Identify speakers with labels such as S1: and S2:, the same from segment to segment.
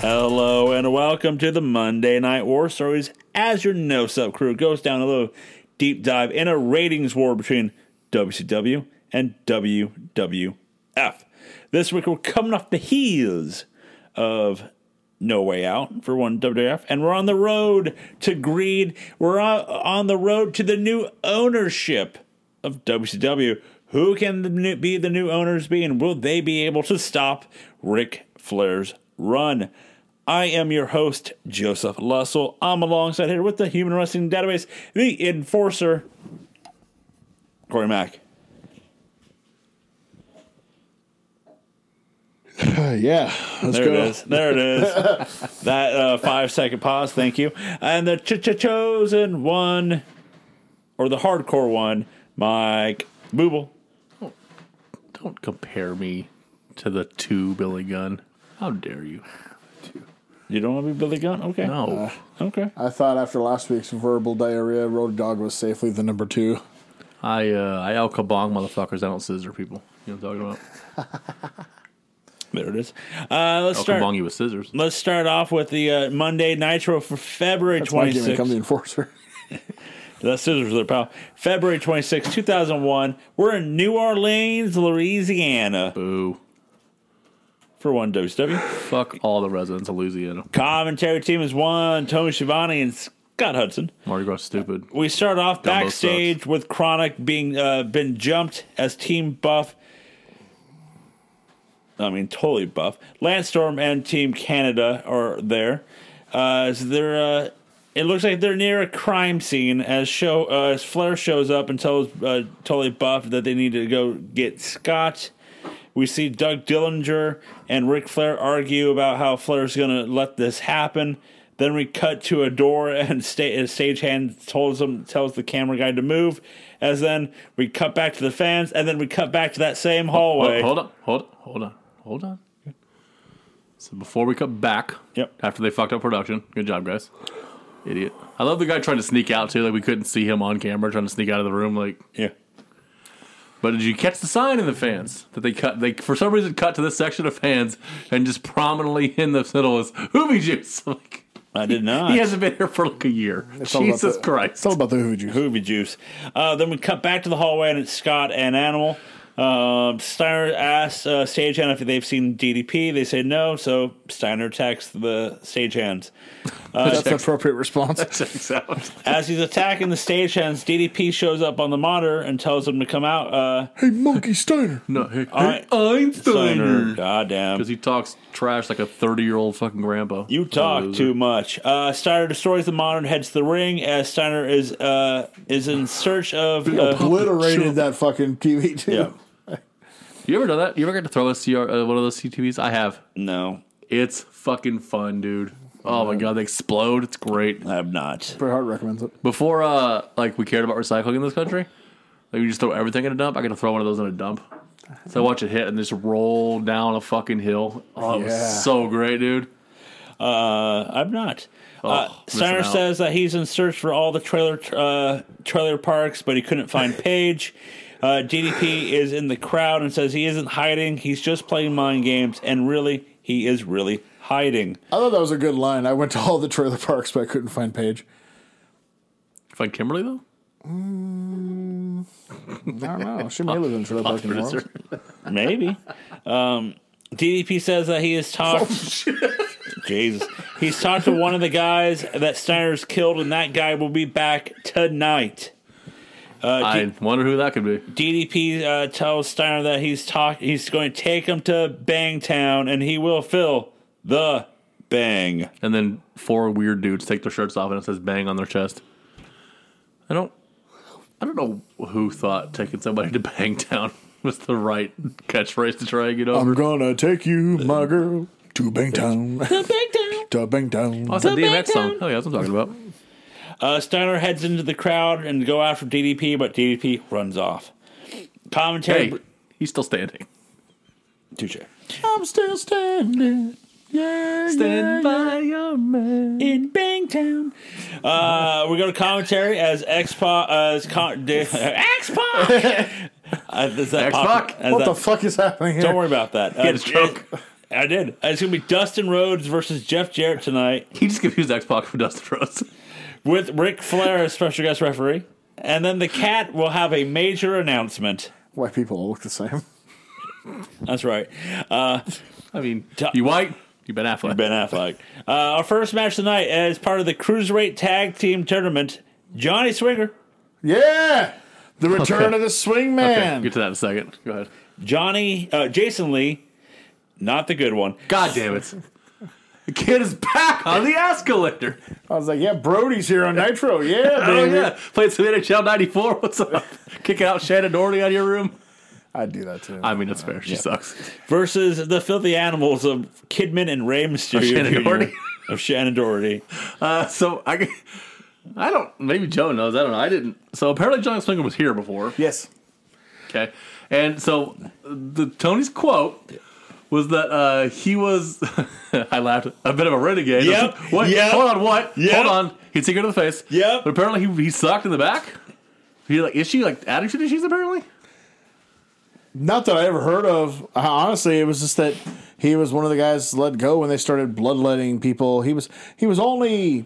S1: Hello and welcome to the Monday Night War Stories as your no sub crew goes down a little deep dive in a ratings war between WCW and WWF. This week we're coming off the heels of No Way Out for one WWF, and we're on the road to greed. We're on- on the road to the new ownership of WCW. Who can the new, be the new owners be, and will they be able to stop Ric Flair's run? I am your host, Joseph Lussell. I'm alongside here with the Human Wrestling Database, the Enforcer, Corey Mack.
S2: yeah, let's
S1: There
S2: go.
S1: it is. There it is. that uh, five second pause. Thank you. And the ch- ch- chosen one, or the hardcore one, Mike Booble.
S3: Don't compare me to the two Billy Gunn. How dare you?
S1: You don't want to be Billy Gunn? Okay.
S3: No.
S1: Okay.
S2: I thought after last week's verbal diarrhea, Road Dog was safely the number two.
S3: I uh, I El Kabong motherfuckers. I don't scissor people. You know what I'm talking about?
S1: There it is. Uh, let's
S3: El
S1: start.
S3: Kabong you with scissors.
S1: Let's start off with the uh, Monday Nitro for February
S2: That's why I didn't become the
S1: 26th.
S2: enforcer.
S1: That's scissors there, pal. February 26, 2001. We're in New Orleans, Louisiana
S3: Boo.
S1: for one WCW.
S3: Fuck all the residents of Louisiana.
S1: Commentary team is one, Tony Schiavone and Scott Hudson.
S3: Mardi Gras stupid.
S1: We start off backstage with Chronic being uh, been jumped as Team Buff. I mean, totally buff. Landstorm and Team Canada are there. Uh, so they're. Uh, it looks like they're near a crime scene as show uh, as Flair shows up and tells uh, Totally Buff that they need to go get Scott. We see Doug Dillinger and Ric Flair argue about how Flair's going to let this happen. Then we cut to a door, and sta- a stagehand tells them tells the camera guy to move. As then we cut back to the fans, and then we cut back to that same hallway.
S3: Hold, hold on. Hold hold on. Hold on. So before we come back,
S1: Yep.
S3: after they fucked up production, good job, guys. Idiot. I love the guy trying to sneak out too. Like we couldn't see him on camera trying to sneak out of the room. Like
S1: Yeah,
S3: But did you catch the sign in the fans that they cut? They for some reason cut to this section of fans and just prominently in the middle is Hoovy Juice. I'm Like,
S1: I did not.
S3: he hasn't been here for like a year.
S2: all about
S3: Jesus
S2: the-
S3: Christ!
S2: It's all about the hooey juice.
S1: Hoovy juice. Uh, then we cut back to the hallway, and it's Scott and Animal. Um, Steiner asks uh, stagehand if they've seen DDP. They say no, so Steiner attacks the stagehands.
S2: That's an appropriate response.
S3: Checks out.
S1: As he's attacking the stagehands, DDP shows up on the monitor and tells him to come out. Uh,
S2: hey, Monkey Steiner.
S3: No, hey,
S1: I-
S3: hey, Einstein.
S1: goddamn,
S3: Because he talks trash like a thirty-year-old fucking grandpa.
S1: you talk
S3: Loser.
S1: too much. Uh, Steiner destroys the monitor and heads to the ring. As Steiner is uh, is in search of uh,
S2: Obliterated that fucking TV too.
S1: yeah,
S3: You ever done that? You ever got to throw a CR uh, one of those CTVs? I have.
S1: no,
S3: It's fucking fun, dude. Oh my god, they explode. It's great.
S1: I have not.
S2: Bret Hart recommends it.
S3: Before uh like we cared about recycling in this country, like we just throw everything in a dump. I gotta throw one of those in a dump. So I watch it hit and just roll down a fucking hill. Oh, it
S2: Yeah.
S3: was so great, dude.
S1: Uh, I'm not. Uh,
S3: Oh, missing
S1: Steiner
S3: out.
S1: says that he's in search for all the trailer uh, trailer parks, but he couldn't find Paige. Uh, DDP is in the crowd and says he isn't hiding. He's just playing mind games, and really, he is really hiding.
S2: I thought that was a good line. I went to all the trailer parks, but I couldn't find Paige.
S3: Find Kimberly though?
S2: I don't know. She may live in a trailer park in New Orleans.
S3: Producer.
S1: Maybe. Um, DDP says that he has talked. Jesus. He's talked to one of the guys that Steiner's killed, and that guy will be back tonight.
S2: Uh,
S3: I wonder who that could be.
S1: DDP uh, tells Steiner that he's talk he's going to take him to Bangtown and he will fill the bang.
S3: And then four weird dudes take their shirts off and it says bang on their chest. I don't I don't know who thought taking somebody to bang town was the right catchphrase to try and get over.
S2: I'm gonna take you, my girl, to Bangtown,
S1: The Bangtown.
S2: to Bangtown.
S3: Oh, it's a
S1: The Bang
S3: DMX song.
S1: Town.
S3: Oh yeah, that's what I'm talking about.
S1: Uh, Steiner heads into the crowd and go after DDP, but DDP runs off. Commentary.
S3: Hey, he's still standing.
S1: Touche.
S2: I'm still standing. Yeah,
S3: Stand by your man.
S1: In Bangtown. Uh, we go to commentary as X Pac as con- Uh, X Pac.
S3: X-Pac?
S2: What the fuck is happening here?
S1: Don't worry about that. Uh,
S3: Get a stroke.
S1: I did. Uh, It's gonna be Dustin Rhodes versus Jeff Jarrett tonight
S3: He just confused X Pac for Dustin Rhodes.
S1: with Ric Flair as special guest referee, and then the cat will have a major announcement.
S2: White people all look the same.
S1: That's right. Uh,
S3: I mean, you white, you Ben Affleck.
S1: Ben Affleck. Uh, our first match tonight as part of the Cruiserweight Tag Team Tournament. Johnny Swinger,
S2: Yeah, the return of the swing
S3: okay,
S2: man.
S3: get to that in a second. Go ahead.
S1: Johnny, uh, Jason Lee, not the good one.
S3: God damn it. The kid is back on the escalator.
S2: I was like, yeah, Brody's here on Nitro. Yeah,
S3: Oh,
S2: baby.
S3: yeah. Played some NHL 94. What's up? Kicking out Shannon Doherty out of your room.
S2: I'd do that too.
S3: I mean, that's fair. She sucks.
S1: versus the filthy animals of Kidman and Ray Mysterio
S3: Shannon
S1: Jr.
S3: Doherty.
S1: of Shannon Doherty.
S3: Uh, so I, I don't. Maybe Joe knows. I don't know. I didn't. So apparently, John Swinger was here before.
S2: yes.
S3: Okay, and so the Tony's quote was that uh, he was. I laughed. A bit of a renegade.
S1: Yep,
S3: I said, What?
S1: yep,
S3: Hold on. What?
S1: yep.
S3: Hold on. He'd take her to the face.
S1: Yep.
S3: But apparently, he, he sucked in the back. He like is she like attitude issues apparently?
S2: Not that I ever heard of. Uh, Honestly, it was just that he was one of the guys let go when they started bloodletting people. He was he was only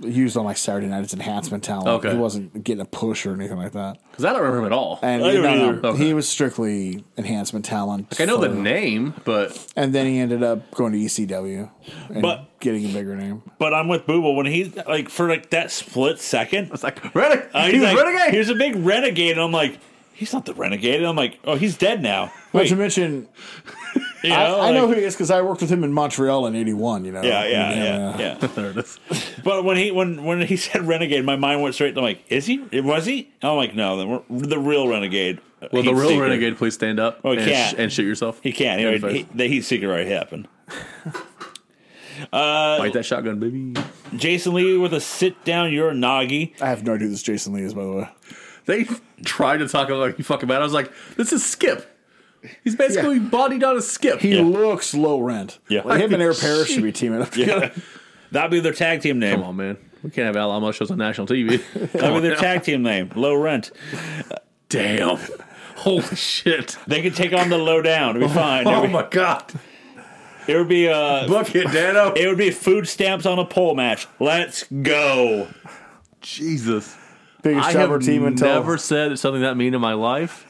S2: used on like Saturday night as enhancement talent.
S3: Okay.
S2: He wasn't getting a push or anything like that.
S3: Because I don't remember him at all.
S2: And
S1: I don't
S2: no, no,
S3: either.
S2: he was strictly enhancement talent.
S3: I know the
S2: for-
S3: name, but
S2: And then he ended up going to ECW and
S1: But-
S2: getting a bigger name.
S1: But I'm with Booble when he like for like that split second.
S3: it's like renegade.
S1: uh,
S3: he was
S1: like,
S3: renegade.
S1: He was a big renegade. And I'm like, he's not the renegade. And I'm like, oh, he's dead now.
S2: Not
S1: Wait,
S2: to mention,
S1: you
S2: I,
S1: know,
S2: I know who
S1: like-
S2: he is because I worked with him in Montreal in '81. You know,
S1: Yeah, yeah,
S2: And, uh,
S1: yeah, yeah.
S3: there it is.
S1: But when he when when he said renegade, my mind went straight. I'm like, is he? Was he? And I'm like, no, the, the real renegade.
S3: Well, the
S1: Heat
S3: real
S1: Seeker.
S3: renegade, please stand up
S1: Well, Oh, he
S3: and, sh-
S1: can't.
S3: and shoot yourself.
S1: He can't. He,
S3: In the
S1: already-
S3: face.
S1: he, the heat secret already happened.
S3: Bite that shotgun, baby.
S1: Jason Lee with a sit down Uranagi.
S2: I have no idea who this Jason Lee is, by the way.
S3: They tried to talk about like you fucking man. I was like, this is Skip. He's basically bodied on a Skip.
S2: He
S1: Yeah.
S2: looks low rent.
S1: Yeah.
S2: Like, him and Air Paris should be teaming up.
S1: Yeah. That'd be their tag team name.
S3: Come on, man. We can't have Alamo shows on national TV.
S1: That'd be their tag team name. Low rent.
S3: Damn. Holy shit.
S1: They could take on the low down. It'd be fine. It
S3: Oh
S1: would,
S3: my god.
S1: it would be uh
S3: Book it, Dano.
S1: it would be food stamps on a pole match. Let's go.
S3: Jesus.
S2: Biggest
S3: I
S2: jobber
S3: have
S2: team until
S3: never said something that mean in my life.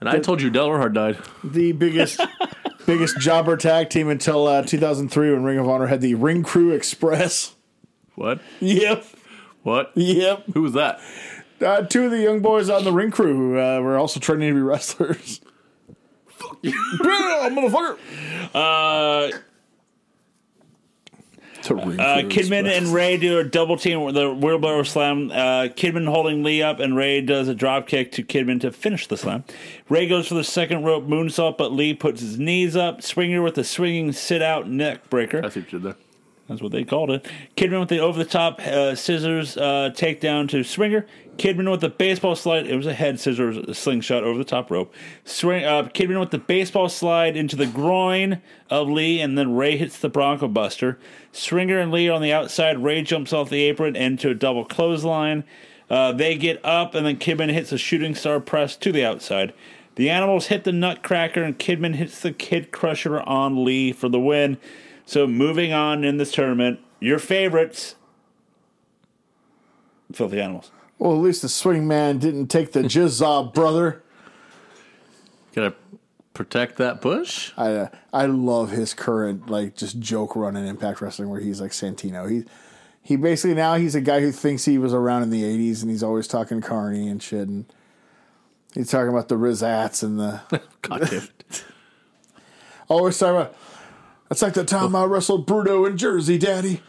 S3: And I told you Dell Earnhardt died.
S2: the biggest biggest jobber tag team until uh, 2003 when Ring of Honor had the Ring Crew Express.
S3: What?
S2: Yep.
S3: What?
S2: Yep.
S3: Who was that?
S2: Uh, two of the young boys on the Ring Crew who uh, were also training to be wrestlers. Fuck you, motherfucker.
S1: Uh,
S2: To Ring
S1: uh
S2: Crew
S1: Kidman
S2: Express.
S1: and Ray do a double team with the wheelbarrow slam. Uh Kidman holding Lee up and Ray does a drop kick to Kidman to finish the slam. Ray goes for the second rope moonsault, but Lee puts his knees up, swinger with a swinging sit out neck breaker.
S3: I see what you did there.
S1: That's what they called it. Kidman with the over the top uh, scissors uh, takedown to Swinger. Kidman with the baseball slide. It was a head scissors slingshot over the top rope. Swing, uh, Kidman with the baseball slide into the groin of Lee, and then Ray hits the Bronco Buster. Swinger and Lee are on the outside. Ray jumps off the apron into a double clothesline. Uh, they get up, and then Kidman hits a shooting star press to the outside. The animals hit the Nutcracker, and Kidman hits the Kid Crusher on Lee for the win. So moving on in this tournament, your favorites, filthy animals.
S2: Well, at least the swing man didn't take the jizzob, brother.
S3: Gotta protect that push.
S2: I uh, I love his current like just joke run in Impact Wrestling where he's like Santino. He he basically now he's a guy who thinks he was around in the '80s and he's always talking Carney and shit and he's talking about the Rizats and the
S3: God damn it.
S2: always talking about. It's like the time I wrestled Bruno in Jersey, Daddy.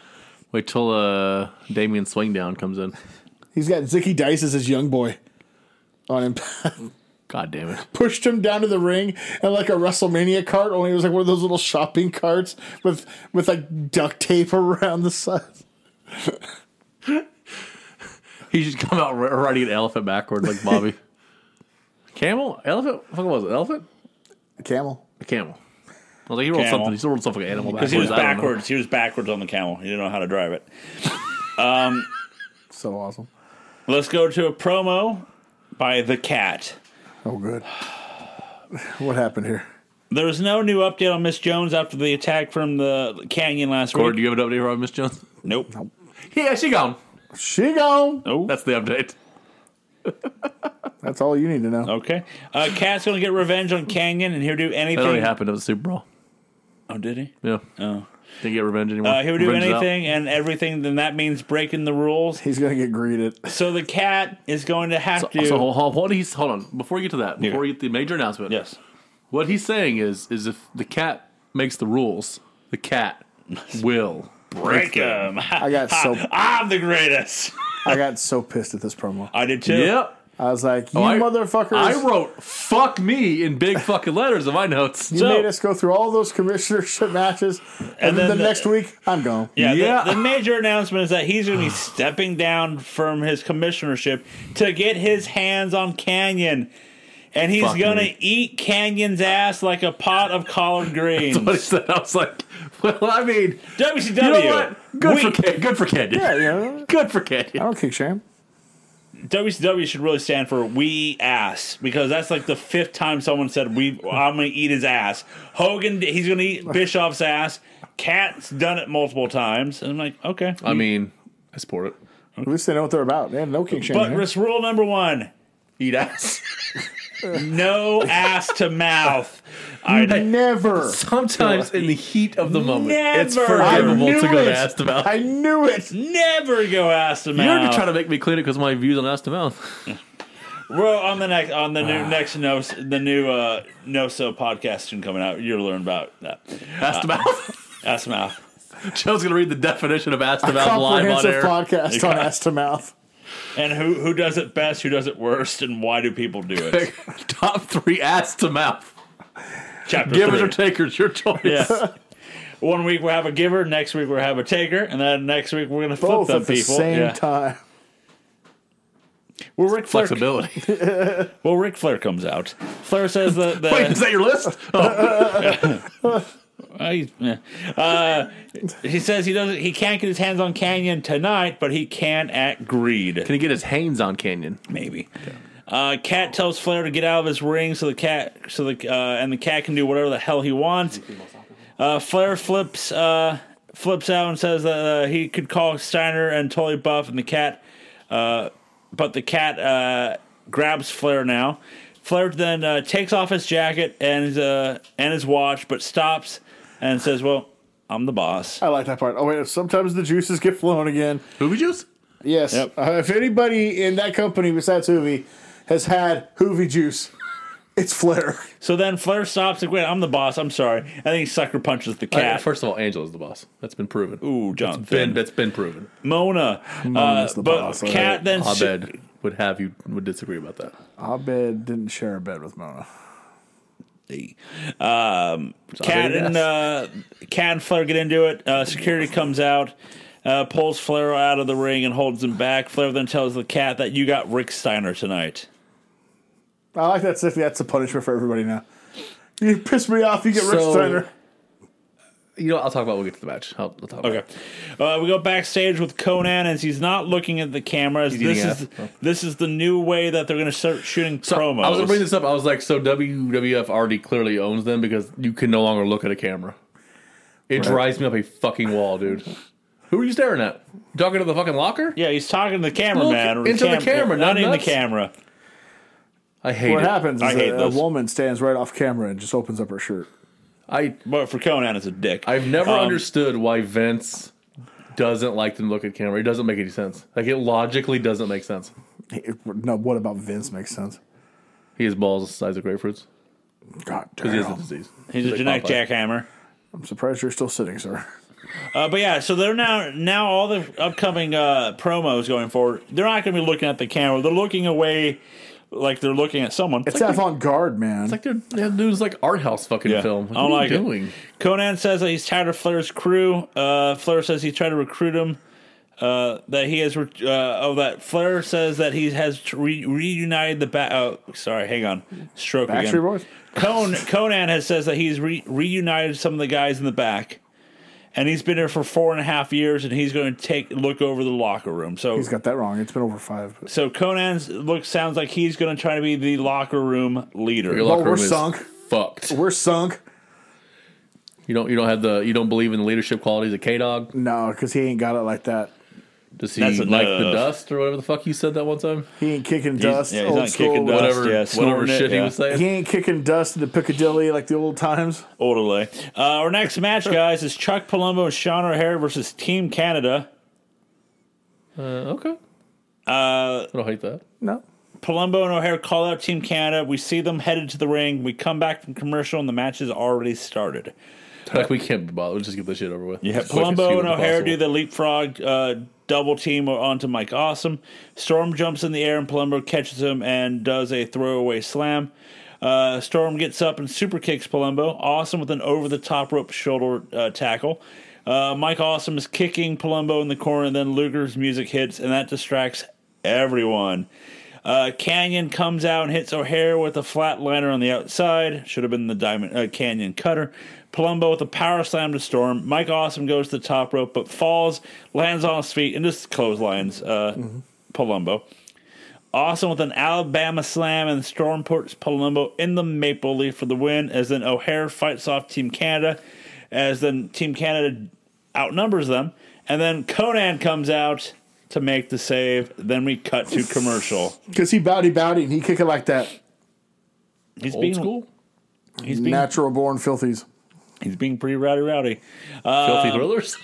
S3: Wait till uh, Damien Swingdown comes in.
S2: He's got Zicky Dice as his young boy on Impact.
S3: God damn it.
S2: pushed him down to the ring and like a WrestleMania cart, only it was like one of those little shopping carts with with like duct tape around the side.
S3: He should come out r- riding an elephant backward like Bobby. camel? Elephant? What the fuck was it? Elephant?
S2: Camel.
S3: A camel. I was like, he rolled
S1: Camel.
S3: something. He rolled something like an animal backwards.
S1: Because he was
S3: I don't know.
S1: backwards. He was backwards on the camel. He didn't know how to drive it.
S2: So awesome.
S1: Let's go to a promo by the cat.
S2: Oh good. what happened here?
S1: There was no new update on Miss Jones after the attack from the canyon last
S3: Or
S1: week.
S3: do you have an update for Miss Jones?
S1: nope. Nope.
S3: Yeah, she gone.
S2: She gone.
S3: That's the update.
S2: That's all you need to know.
S1: Okay. Uh, Cat's going to get revenge on Canyon, and he'll do
S3: That only
S1: anything.
S3: happened at the Super Bowl.
S1: oh, did he?
S3: Yeah. Oh. Didn't get revenge anymore.
S1: Uh, he'll do
S3: Revenge is out.
S1: anything and everything, then that means breaking the rules.
S2: He's gonna get greeted.
S1: So the cat is going to have to.
S3: So hold, hold, hold, he's, hold on. Before you get to that, before you get the major announcement,
S1: yes.
S3: what he's saying is, is if the cat makes the rules, the cat will
S1: Break him.
S2: I got so
S1: I'm the greatest.
S2: I got so pissed at this promo.
S1: I did too.
S3: Yep.
S2: I was like, you
S3: I-
S2: motherfuckers!
S3: I wrote "fuck me" in big fucking letters in my notes.
S2: you made us go through all those commissionership matches, and,
S1: then
S2: then, the
S1: the-
S2: next week I'm gone.
S1: Yeah, the-
S3: Yeah.
S1: The, major announcement is that he's going to be stepping down from his commissionership to get his hands on Canyon, and he's
S3: Fuck
S1: going
S3: me.
S1: to eat Canyon's ass like a pot of collard greens.
S3: But I said- I was like, "Well, I mean,
S1: WCW.
S3: you know what? Good
S1: weak.
S3: for Ken. Good for Ken.
S2: Yeah, you know,
S3: Good for
S2: I
S3: Ken.
S2: don't kick shame.
S1: WCW should really stand for "we ass" because that's like the fifth time someone said "we." I'm going to eat his ass. Hogan, he's going to eat Bischoff's ass. Cat's done it multiple times, and I'm like, okay.
S3: I mean, I support it.
S2: At least they know what they're about. They have no kick shame.
S1: But
S2: here.
S1: this rule number one:
S3: Eat ass.
S1: no ass to mouth. I
S2: Never.
S3: Sometimes in the heat of the moment, it's
S1: Never.
S2: I
S3: forgivable
S2: knew
S3: to go
S2: it.
S3: to ass to mouth.
S2: I knew it.
S1: never go ass to
S3: You're already
S1: mouth.
S3: trying to make me clean it because my views on ass to mouth.
S1: Well, on the next on the new next no the new uh, no so podcast soon coming out. You'll learn about that
S3: Ass to mouth.
S1: ass to mouth.
S3: Joe's gonna read the definition of ass to mouth live on
S2: Comprehensive
S3: air.
S2: podcast on ass to mouth.
S1: And who who does it best? Who does it worst? And why do people do it?
S3: Top three ass to mouth.
S1: Chapter
S3: Givers
S1: three.
S3: or takers, your choice.
S1: Yeah. One week we'll have a giver, next week we'll have a taker, and then next week we're gonna flip
S2: Both
S1: them
S2: at the
S1: people.
S2: same
S1: yeah.
S2: time.
S1: Well Ric Flair
S3: Flexibility.
S1: Well Ric Flair comes out. Flair says that the
S3: Wait, is that your list? Oh,
S1: Uh, he's- yeah. Uh, he says he doesn't he can't get his hands on Canyon tonight, but he can at greed.
S3: can he get his hands on Canyon?
S1: maybe. Uh, cat tells Flair to get out of his ring so the cat so the uh, and the cat can do whatever the hell he wants. Uh, Flair flips uh, flips out and says that uh, he could call Steiner and Tully Buff and the cat, uh, but the cat uh, grabs Flair now. Flair then uh, takes off his jacket and his uh, and his watch, but stops and says, "Well, I'm the boss."
S2: I like that part. Oh wait, sometimes the juices get flown again.
S3: Booby juice?
S2: Yes.
S1: Yep.
S2: Uh, if anybody in that company besides Hoovy has had Hoovy juice, it's Flair.
S1: So then Flair stops and wait, I'm the boss. I'm sorry. I think he sucker punches the
S3: Yeah.
S1: cat.
S3: First of all, Angela's the boss. That's been proven.
S1: Ooh, John.
S3: Been, that's been proven.
S1: Mona.
S2: Mona's
S1: uh,
S2: the
S1: but
S2: boss,
S1: Cat
S2: alright.
S1: then s-
S3: Abed would have you would disagree about that.
S2: Abed didn't share a bed with Mona.
S1: um, Cat
S3: Abed
S1: and uh, Cat and Flair get into it. Uh, security comes out, uh, pulls Flair out of the ring and holds him back. Flair then tells the Cat that you got Rick Steiner tonight.
S2: I like that. If that's a punishment for everybody now. You piss me off. You get Rick
S3: So-
S2: Steiner.
S3: You know, I'll talk about. It when we get to the match. I'll, I'll talk about
S1: Okay,
S3: it.
S1: uh, we go backstage with Conan as he's not looking at the cameras.
S3: eating
S1: This is
S3: ass.
S1: this is the new way that they're going to start shooting
S3: So,
S1: promos.
S3: I was gonna bring this up. I was like, so WWF already clearly owns them because you can no longer look at a camera. It drives me up a fucking wall, dude. Who are you staring at? You talking to the fucking locker?
S1: yeah, he's talking to the cameraman. or
S3: into the camera,
S1: not
S3: not
S1: in the
S3: nuts.
S1: camera.
S3: I hate
S2: What
S3: it.
S2: happens
S1: I
S2: is
S1: hate
S2: a, a
S1: those.
S2: woman stands right off camera and just opens up her shirt.
S3: I
S1: But for Conan, it's a dick.
S3: I've never
S1: Um,
S3: understood why Vince doesn't like them to look at camera. It doesn't make any sense. Like it logically doesn't make sense.
S2: No, what about Vince makes sense?
S3: He has balls the size of grapefruits
S2: God
S3: because he has a
S2: damn.
S3: disease.
S1: He's a
S3: like
S1: genetic
S3: Popeye.
S1: jackhammer.
S2: I'm surprised you're still sitting, sir.
S1: Uh, but yeah, so they're now now all the upcoming uh, promos going forward. They're not going to be looking at the camera. They're looking away, like they're looking at someone.
S2: It's avant garde, man.
S3: It's like they're, they're doing this like art house fucking
S1: Yeah.
S3: film. Like,
S1: I don't
S3: what are
S1: like
S3: you
S1: it.
S3: doing?
S1: Conan says that he's tired of Flair's crew. Uh, Flair says he tried to recruit him. Uh, that he has, re- uh, oh, that Flair says that he has re- reunited the back. Oh, sorry, hang on, stroke again.
S2: Backstreet Boys.
S1: Con- Conan has says that he's re- reunited some of the guys in the back, and he's been here for four and a half years, and he's going to take look over the locker room. So
S2: He's got that wrong. It's been over five. But,
S1: so Conan's looks sounds like he's going to try to be the locker room leader.
S3: Your
S2: oh,
S3: locker
S2: we're
S3: room is
S2: sunk.
S3: fucked.
S2: We're sunk.
S3: You don't you don't have the you don't believe in the leadership qualities of K Dog.
S2: No, because he ain't got it like that.
S3: Does he
S1: That's
S3: like the
S1: enough.
S3: dust or whatever the fuck you said that one time?
S2: He ain't kicking dust.
S1: yeah, he's
S2: old
S1: not
S2: school.
S1: kicking dust.
S3: Whatever
S1: yeah,
S3: whatever
S1: snorting it,
S3: shit he
S1: yeah.
S3: was saying.
S2: He ain't kicking dust into Piccadilly like the old times.
S1: Orderly. Uh, our next match, guys, is Chuck Palumbo and Sean O'Hare versus Team Canada.
S3: Uh, okay. I don't hate that.
S2: No.
S1: Palumbo and O'Hare call out Team Canada. We see them headed to the ring. We come back from commercial, and the match has already started.
S3: Like we can't be bothered. Let's just get this shit over with.
S1: Yeah,
S3: Just quick as
S1: Palumbo
S3: humanly
S1: and O'Hare
S3: possible.
S1: do the leapfrog uh, double team onto Mike Awesome. Storm jumps in the air, and Palumbo catches him and does a throwaway slam. Uh, Storm gets up and super kicks Palumbo. Awesome with an over the top rope shoulder uh, tackle. Uh, Mike Awesome is kicking Palumbo in the corner, and then Luger's music hits, and that distracts everyone. Uh, Canyon comes out and hits O'Hare with a flatliner on the outside. Should have been the diamond uh, Canyon cutter. Palumbo with a power slam to Storm. Mike Awesome goes to the top rope but falls, lands on his feet, and just clotheslines uh, Palumbo. Awesome with an Alabama slam and Storm puts Palumbo in the maple leaf for the win. As then O'Hare fights off Team Canada, as then Team Canada outnumbers them, and then Conan comes out to make the save. Then we cut to commercial.
S2: Because he bowdy bowdy and he kick it like that.
S1: He's
S3: old
S1: being
S3: school.
S1: he's being
S2: Natural born filthies.
S1: he's being pretty rowdy rowdy. Uh,
S3: Filthy thrillers.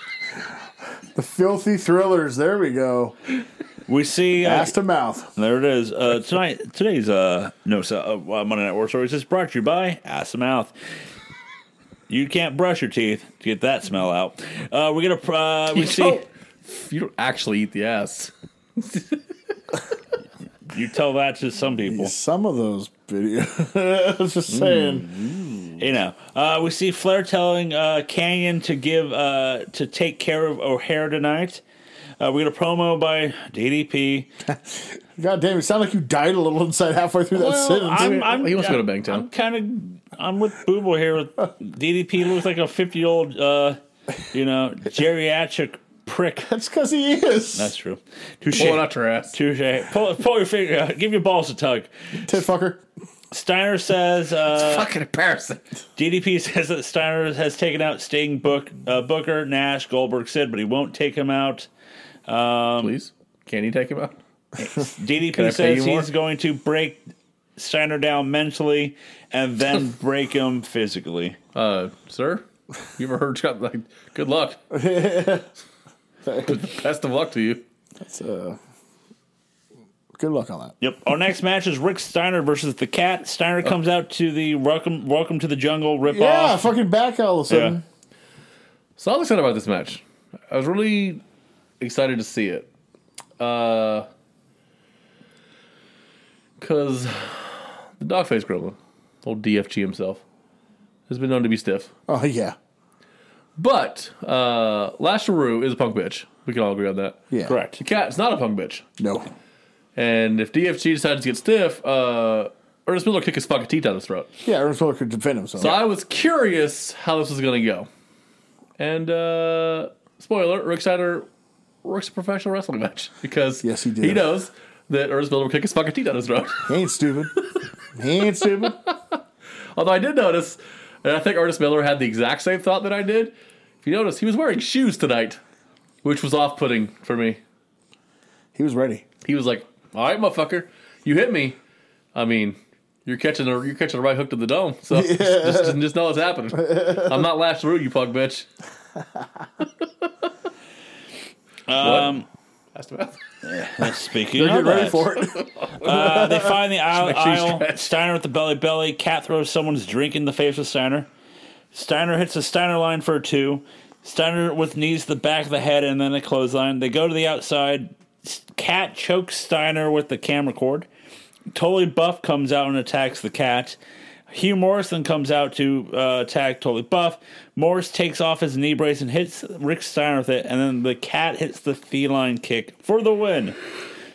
S2: The filthy thrillers. There we go.
S1: We see uh,
S2: Ass to mouth.
S1: There it is. Uh, tonight, today's uh, no so, uh, Monday Night War Stories is brought to you by Ass to Mouth. You can't brush your teeth to get that smell out. Uh, we get a uh, we
S3: You
S1: see
S3: don't- you don't actually eat the ass.
S1: you tell that to some people.
S2: Some of those videos.
S1: Hmm.
S2: Just saying.
S1: You know, uh, we see Flair telling uh, Canyon to give uh, to take care of O'Hare tonight. Uh, we get a promo by DDP.
S2: God damn, it sounded like you died a little inside halfway through that sentence.
S1: I'm, I'm,
S3: He wants to go to
S1: I'm-
S3: Bangtown.
S1: I'm kind of I'm with Booble here. DDP looks like a 50 year old, uh, you know, geriatric prick.
S2: That's because he is.
S1: That's true. Touche.
S3: Pull it out your ass.
S1: Touche. Pull, pull your finger out. Give your balls a tug.
S2: Tit fucker.
S1: Steiner says, uh,
S3: Fucking embarrassing.
S1: DDP says that Steiner has taken out Sting, Book, uh, Booker, Nash, Goldberg, Sid, but he won't take him out. Um,
S3: Please, can you take him out? I
S1: DDP
S3: pay
S1: says
S3: you more?
S1: he's going to break Steiner down mentally and then break him physically.
S3: Uh, sir, you ever heard Chuck? Like, good luck. Best of luck to you.
S2: That's, uh, good luck on that.
S1: Yep. Our next match is Rick Steiner versus the Cat. Steiner comes out to the Welcome Welcome to the Jungle ripoff.
S2: Yeah,
S1: off.
S2: fucking back all of a sudden.
S1: Yeah.
S3: So I'm excited about this match. I was really excited to see it. Uh, cause the dogface gremlin, old DFG himself, has been known to be stiff.
S2: Oh, yeah.
S3: But uh, Lasharoo is a punk bitch. We can all agree on that.
S2: Yeah.
S1: Correct.
S3: The cat's not a punk bitch.
S2: No.
S3: And if DFG decides to get stiff, uh, Ernest Miller kick his fucking teeth down his throat.
S2: Yeah, Ernest Miller could defend himself.
S3: So I was curious how this was going to go. And uh, spoiler: Rick Steiner works a professional wrestling match because
S2: Yes, he did.
S3: He knows that Ernest Miller will kick his fucking teeth down his throat.
S2: he ain't stupid. he ain't stupid.
S3: Although I did notice, and I think Ernest Miller had the exact same thought that I did. If you notice, he was wearing shoes tonight, which was off-putting for me.
S2: He was ready.
S3: He was like, "All right, motherfucker, you hit me. I mean, you're catching a you're catching a right hook to the dome. So just, just, just know it's happening. I'm not last through you, punk bitch." um, that's about.
S1: Speaking
S2: They're
S1: of
S2: getting ready
S1: that,
S2: for it.
S1: uh, they find the aisle.
S3: make sure you
S1: aisle.
S3: stretch.
S1: Steiner with the belly belly. Cat throws someone's drink in the face of Steiner. Steiner hits a Steiner line for a two. Steiner with knees to the back of the head and then a clothesline. They go to the outside. S- Cat chokes Steiner with the camera cord. Totally Buff comes out and attacks the cat. Hugh Morrison comes out to uh, attack Totally Buff. Morris takes off his knee brace and hits Rick Steiner with it, and then the cat hits the feline kick for the win.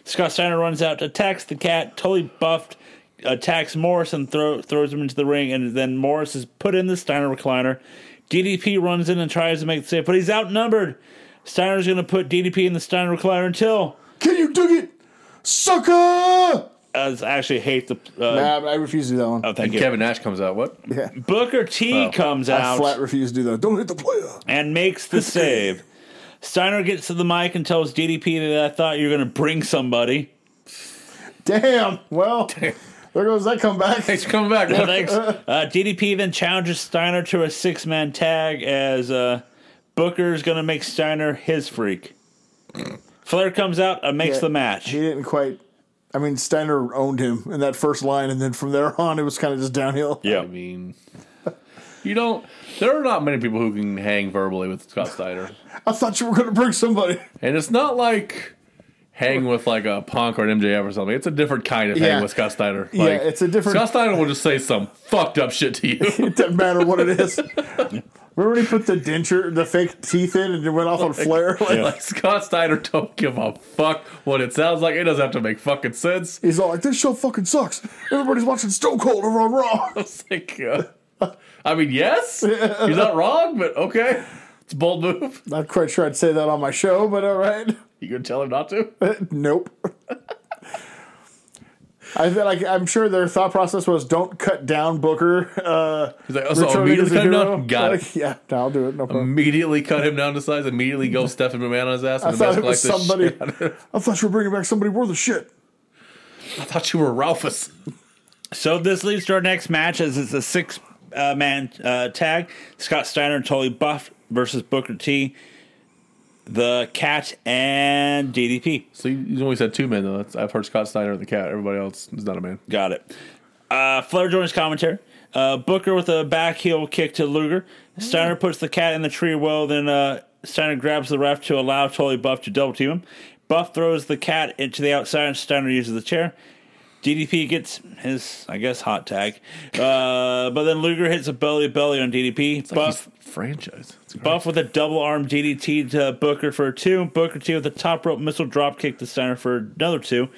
S1: Scott Steiner runs out, attacks the cat, totally buffed, attacks Morris and throw, throws him into the ring, and then Morris is put in the Steiner recliner. DDP runs in and tries to make the save, but he's outnumbered. Steiner's going to put DDP in the Steiner recliner until
S2: Can you dig it? Sucker!
S1: I actually hate the uh,
S2: Nah, I refuse to do that one.
S1: oh, thank
S3: And
S1: you.
S3: Kevin Nash comes out. What?
S2: yeah.
S1: Booker T comes
S2: I
S1: out
S2: flat refuse to do that. Don't hit the player.
S1: and makes the save. Steiner gets to the mic and tells DDP that I thought you were going to bring somebody.
S2: Damn. Well, there goes that comeback.
S3: Thanks for coming back. man.
S1: Thanks. Uh, DDP then challenges Steiner to a six man tag as uh, Booker is going to make Steiner his freak. Flair comes out and makes
S2: Yeah.
S1: the match.
S2: He didn't quite. I mean, Steiner owned him in that first line, and then from there on, it was kind of just downhill.
S1: Yeah.
S3: I mean, you don't. There are not many people who can hang verbally with Scott Steiner,
S2: I thought you were going to bring somebody.
S3: and it's not like hang with like a punk or an MJF or something. It's a different kind of
S2: Yeah.
S3: hang with Scott Steiner. Like,
S2: Yeah, it's a different-
S3: Scott Steiner will just say some fucked up shit to you.
S2: It doesn't matter what it is. Remember when he put the denture, the fake teeth in, and it went off on Flair? Like,
S3: like Scott Steiner don't give a fuck what it sounds like. It doesn't have to make fucking sense.
S2: He's all like, "This show fucking sucks. Everybody's watching Stone Cold over on Raw."
S3: It's like, uh, I mean, yes, he's not wrong, but okay, it's a bold move.
S2: Not quite sure I'd say that on my show, but all right.
S3: You gonna tell him not to?
S2: Nope. I feel like I'm sure their thought process was don't cut down Booker. Uh,
S3: He's like, oh, so
S2: returning
S3: immediately
S2: as a
S3: cut him
S2: hero.
S3: down. Got it.
S2: Like, Yeah, no, I'll do it. No problem.
S3: immediately cut him down to size, immediately go Stephen McMahon on his ass.
S2: I
S3: And the
S2: thought
S3: best
S2: it was
S3: collector.
S2: somebody. I thought you were bringing back somebody worth a shit.
S3: I thought you were Ralphus.
S1: So this leads to our next match as it's a six uh, man uh, tag. Scott Steiner and Tully Buff versus Booker T, the cat, and DDP.
S3: So you, you only said two men, though. That's, I've heard Scott Steiner and the cat. Everybody else is not a man.
S1: Got it. Uh, Flair joins commentary. Uh, Booker with a back heel kick to Luger. Steiner puts the cat in the tree well, then uh, Steiner grabs the ref to allow Tully Buff to double team him. Buff throws the cat into the outside, and Steiner uses the chair. DDP gets his, I guess, hot tag. Uh, but then Luger hits a belly to belly on DDP. Buff,
S3: He's franchise. It's great.
S1: Buff with a double arm DDT to Booker for a two. Booker T with a top rope missile drop kick to Steiner for another two.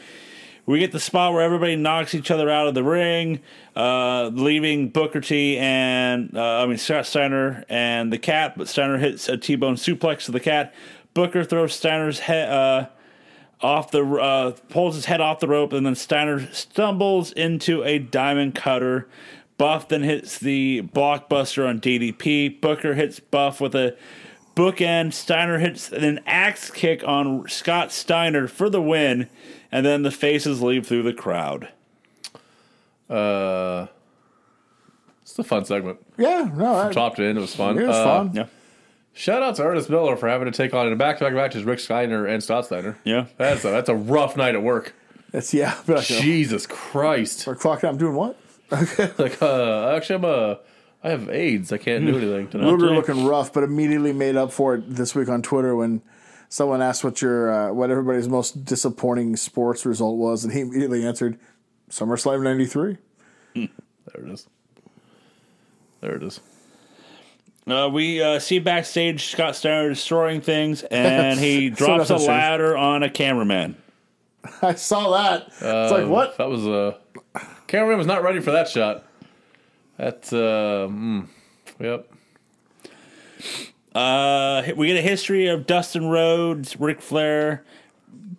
S1: We get the spot where everybody knocks each other out of the ring, uh, leaving Booker T and uh, I mean Scott Steiner and the Cat. But Steiner hits a T-bone suplex to the Cat. Booker throws Steiner's head uh, off the uh, pulls his head off the rope, and then Steiner stumbles into a diamond cutter. Buff then hits the blockbuster on DDP. Booker hits Buff with a bookend. Steiner hits an axe kick on Scott Steiner for the win, and then the faces leave through the crowd.
S3: Uh, it's a fun segment.
S2: Yeah, no, I,
S3: Top to end, it was fun.
S2: it was
S3: Uh,
S2: fun.
S1: Yeah,
S3: Shout out to Ernest Miller for having to take on in a back-to-back matches Rick Steiner and Scott Steiner.
S1: yeah.
S3: That's a, that's a rough night at work.
S2: It's yeah. But I go,
S3: Jesus Christ!
S2: we're clocking. out, "Oh, I'm doing what?
S3: Like, uh, actually, I'm a, I have AIDS. I can't do anything tonight.
S2: Luger looking rough, but immediately made up for it this week on Twitter when someone asked what your uh, what everybody's most disappointing sports result was, and he immediately answered SummerSlam '93.
S3: There it is. There it is.
S1: Uh, we uh, see backstage Scott Steiner destroying things, and he drops a
S2: nothing changed.
S1: ladder on a cameraman.
S2: I saw that. it's
S3: Um,
S2: like what?
S3: That was a uh, cameraman was not ready for that shot. That's uh, mm, yep.
S1: Uh, we get a history of Dustin Rhodes, Ric Flair.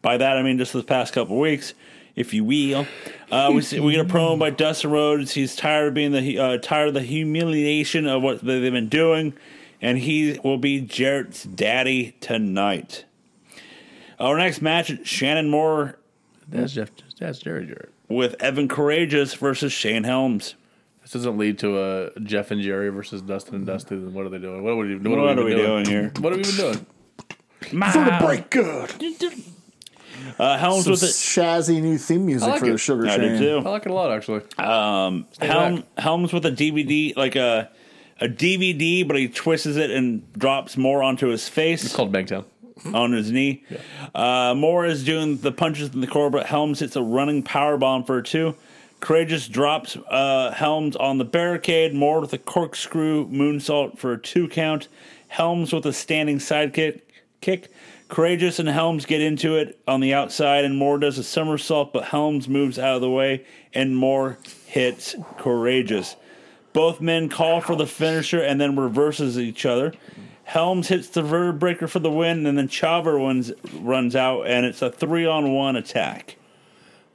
S1: By that I mean just the past couple weeks, if you will. Uh, we see, we get a promo by Dustin Rhodes. He's tired of being the uh, tired of the humiliation of what they've been doing, and he will be Jarrett's daddy tonight. Our next match: Shannon Moore
S3: That's Jeff. That's Jerry Jarrett.
S1: with Evan Courageous versus Shane Helms.
S3: This doesn't lead to a Jeff and Jerry versus Dustin and Dusty. Then what are they doing? What are we? What,
S1: What
S3: are
S1: are
S3: we,
S1: we
S3: even doing?
S1: doing here?
S3: What are we even doing?
S2: Vertebrae, good.
S1: Uh, Helms
S2: Some
S1: with it.
S2: shazzy new theme music
S3: like
S2: for
S3: it.
S2: the Sugar
S1: I do
S2: Shane.
S1: too.
S3: I like it a lot actually.
S1: Helm,
S3: back.
S1: Helms with a DVD, like a a DVD, but he twists it and drops more onto his
S3: It's
S1: face,
S3: called Bangtown.
S1: on his knee. Uh, Moore is doing the punches in the core, but Helms hits a running power bomb for a two. Courageous drops uh, Helms on the barricade. Moore with a corkscrew moonsault for a two count. Helms with a standing sidekick kick. Courageous and Helms get into it on the outside, and Moore does a somersault, but Helms moves out of the way, and Moore hits Courageous. Both men call for the finisher and then reverses each other. Helms hits the vertebrae breaker for the win, and then Chava runs, runs out, and it's a three on one attack.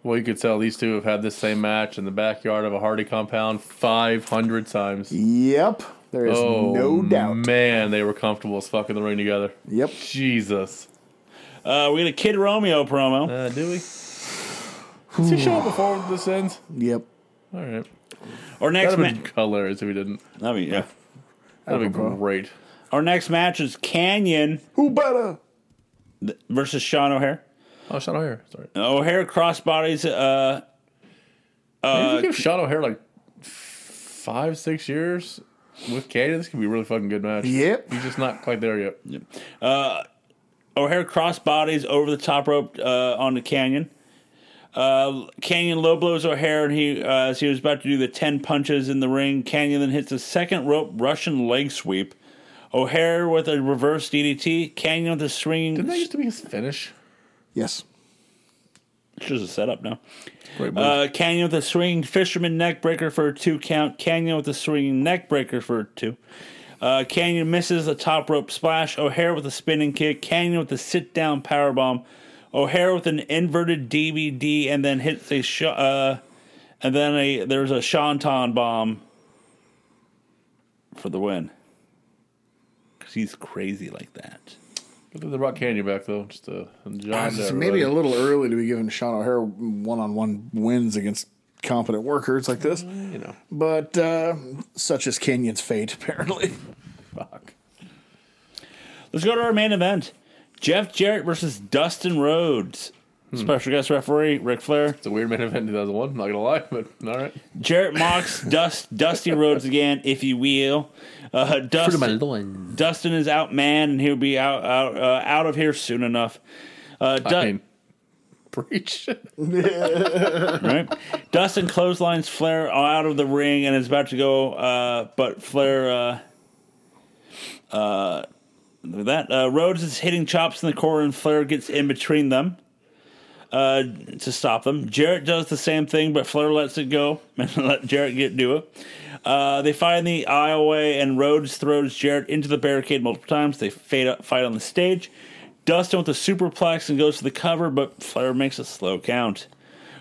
S3: Well, you could tell these two have had this same match in the backyard of a Hardy compound 500 times.
S2: Yep. There is
S3: Oh,
S2: no doubt.
S3: Man, they were comfortable as fuck in the ring together.
S2: Yep.
S3: Jesus.
S1: Uh, we get a Kid Romeo promo.
S3: Uh, do we? Does he show up before this ends?
S2: Yep.
S3: All right.
S1: Our next
S3: That'd have
S1: match.
S3: been hilarious if he didn't.
S1: I mean, yeah.
S3: That'd be
S2: Apropos.
S3: great.
S1: Our next match is Canyon
S2: Who better?
S1: versus Sean O'Hare.
S3: Oh, Sean O'Hare. Sorry.
S1: O'Hare crossbodies. Uh,
S3: Maybe if you give Sean O'Hare like five, six years with Canyon, this could be a really fucking good match.
S2: Yep.
S3: He's just not quite there yet.
S1: O'Hare crossbodies over the top rope uh, on the Canyon. Uh, Canyon low blows O'Hare, and he uh, as he was about to do the ten punches in the ring, Canyon then hits a second rope Russian leg sweep. O'Hare with a reverse DDT. Canyon with a swinging.
S3: Didn't that used to be his finish?
S2: Yes.
S1: It's just a setup now.
S3: Great move.
S1: Uh, Canyon with a swinging fisherman neck breaker for a two count. Canyon with a swinging neck breaker for a two. Uh, Canyon misses the top rope splash. O'Hare with a spinning kick. Canyon with a sit down power bomb. O'Hare with an inverted DVD and then hits a sh- uh, and then a there's a shanton bomb for the win. Cause he's crazy like that.
S3: Good that they brought Canyon back though. Just a giant.
S2: It's Ah, maybe a little early to be giving Sean O'Hare one-on-one wins against competent workers like this,
S3: Mm, you know.
S2: but uh, such is Kenyon's fate, apparently.
S3: Fuck.
S1: Let's go to our main event: Jeff Jarrett versus Dustin Rhodes.
S3: Hmm.
S1: Special guest referee Ric Flair.
S3: It's a weird main event in 2001. Not gonna lie, but all right.
S1: Jarrett mocks Dust Dusty Rhodes again, if you will. Uh, Dustin,
S3: loins.
S1: Dustin is out, man, and he'll be out out, uh, out of here soon enough. Uh, Du-
S3: I mean, preach.
S1: right? Dustin clotheslines Flair out of the ring and is about to go, uh, but Flair. Uh, uh, that uh, Rhodes is hitting chops in the corner, and Flair gets in between them uh, to stop them. Jarrett does the same thing, but Flair lets it go and let Jarrett get do it. Uh, they fight in the aisleway, and Rhodes throws Jarrett into the barricade multiple times. They fade up, fight on the stage. Dustin with a superplex and goes for the cover, but Flair makes a slow count.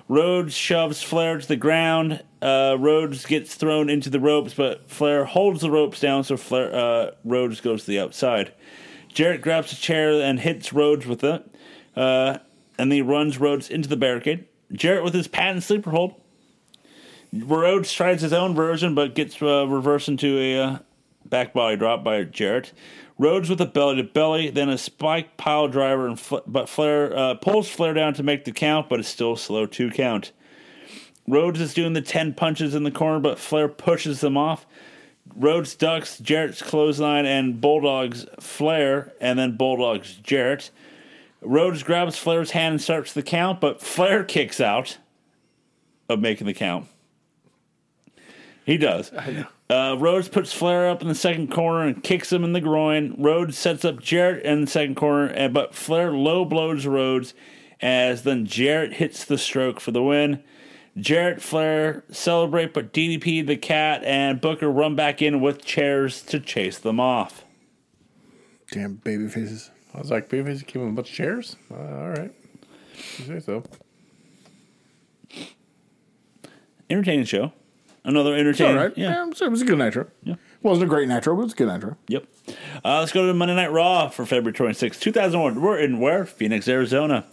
S1: Rhodes shoves Flair to the ground. Uh, Rhodes gets thrown into the ropes, but Flair holds the ropes down, so Flair uh, Rhodes goes to the outside. Jarrett grabs a chair and hits Rhodes with it, uh, and then he runs Rhodes into the barricade. Jarrett with his patent sleeper hold. Rhodes tries his own version, but gets uh, reversed into a uh, back body drop by Jarrett. Rhodes with a belly to belly, then a spike pile driver, and fl- but Flair uh, pulls Flair down to make the count, but it's still a slow two count. Rhodes is doing the ten punches in the corner, but Flair pushes them off. Rhodes ducks Jarrett's clothesline and bulldogs Flair, and then bulldogs Jarrett. Rhodes grabs Flair's hand and starts the count, but Flair kicks out of making the count. He does. Uh, Rhodes puts Flair up in the second corner and kicks him in the groin. Rhodes sets up Jarrett in the second corner, and but Flair low blows Rhodes as then Jarrett hits the stroke for the win. Jarrett Flair celebrate, but DDP the cat and Booker run back in with chairs to chase them off.
S2: Damn baby faces.
S3: I was like, maybe he came with a bunch of chairs. Uh, all right. You say so.
S1: Entertaining show. Another
S2: All
S1: entertaining.
S2: right.
S1: Yeah.
S2: Yeah. it was a good nitro. Yeah. Wasn't a great nitro, but it was a good nitro.
S1: Yep. Uh, let's go to Monday Night Raw for February 26, 2001. We're in where? Phoenix, Arizona.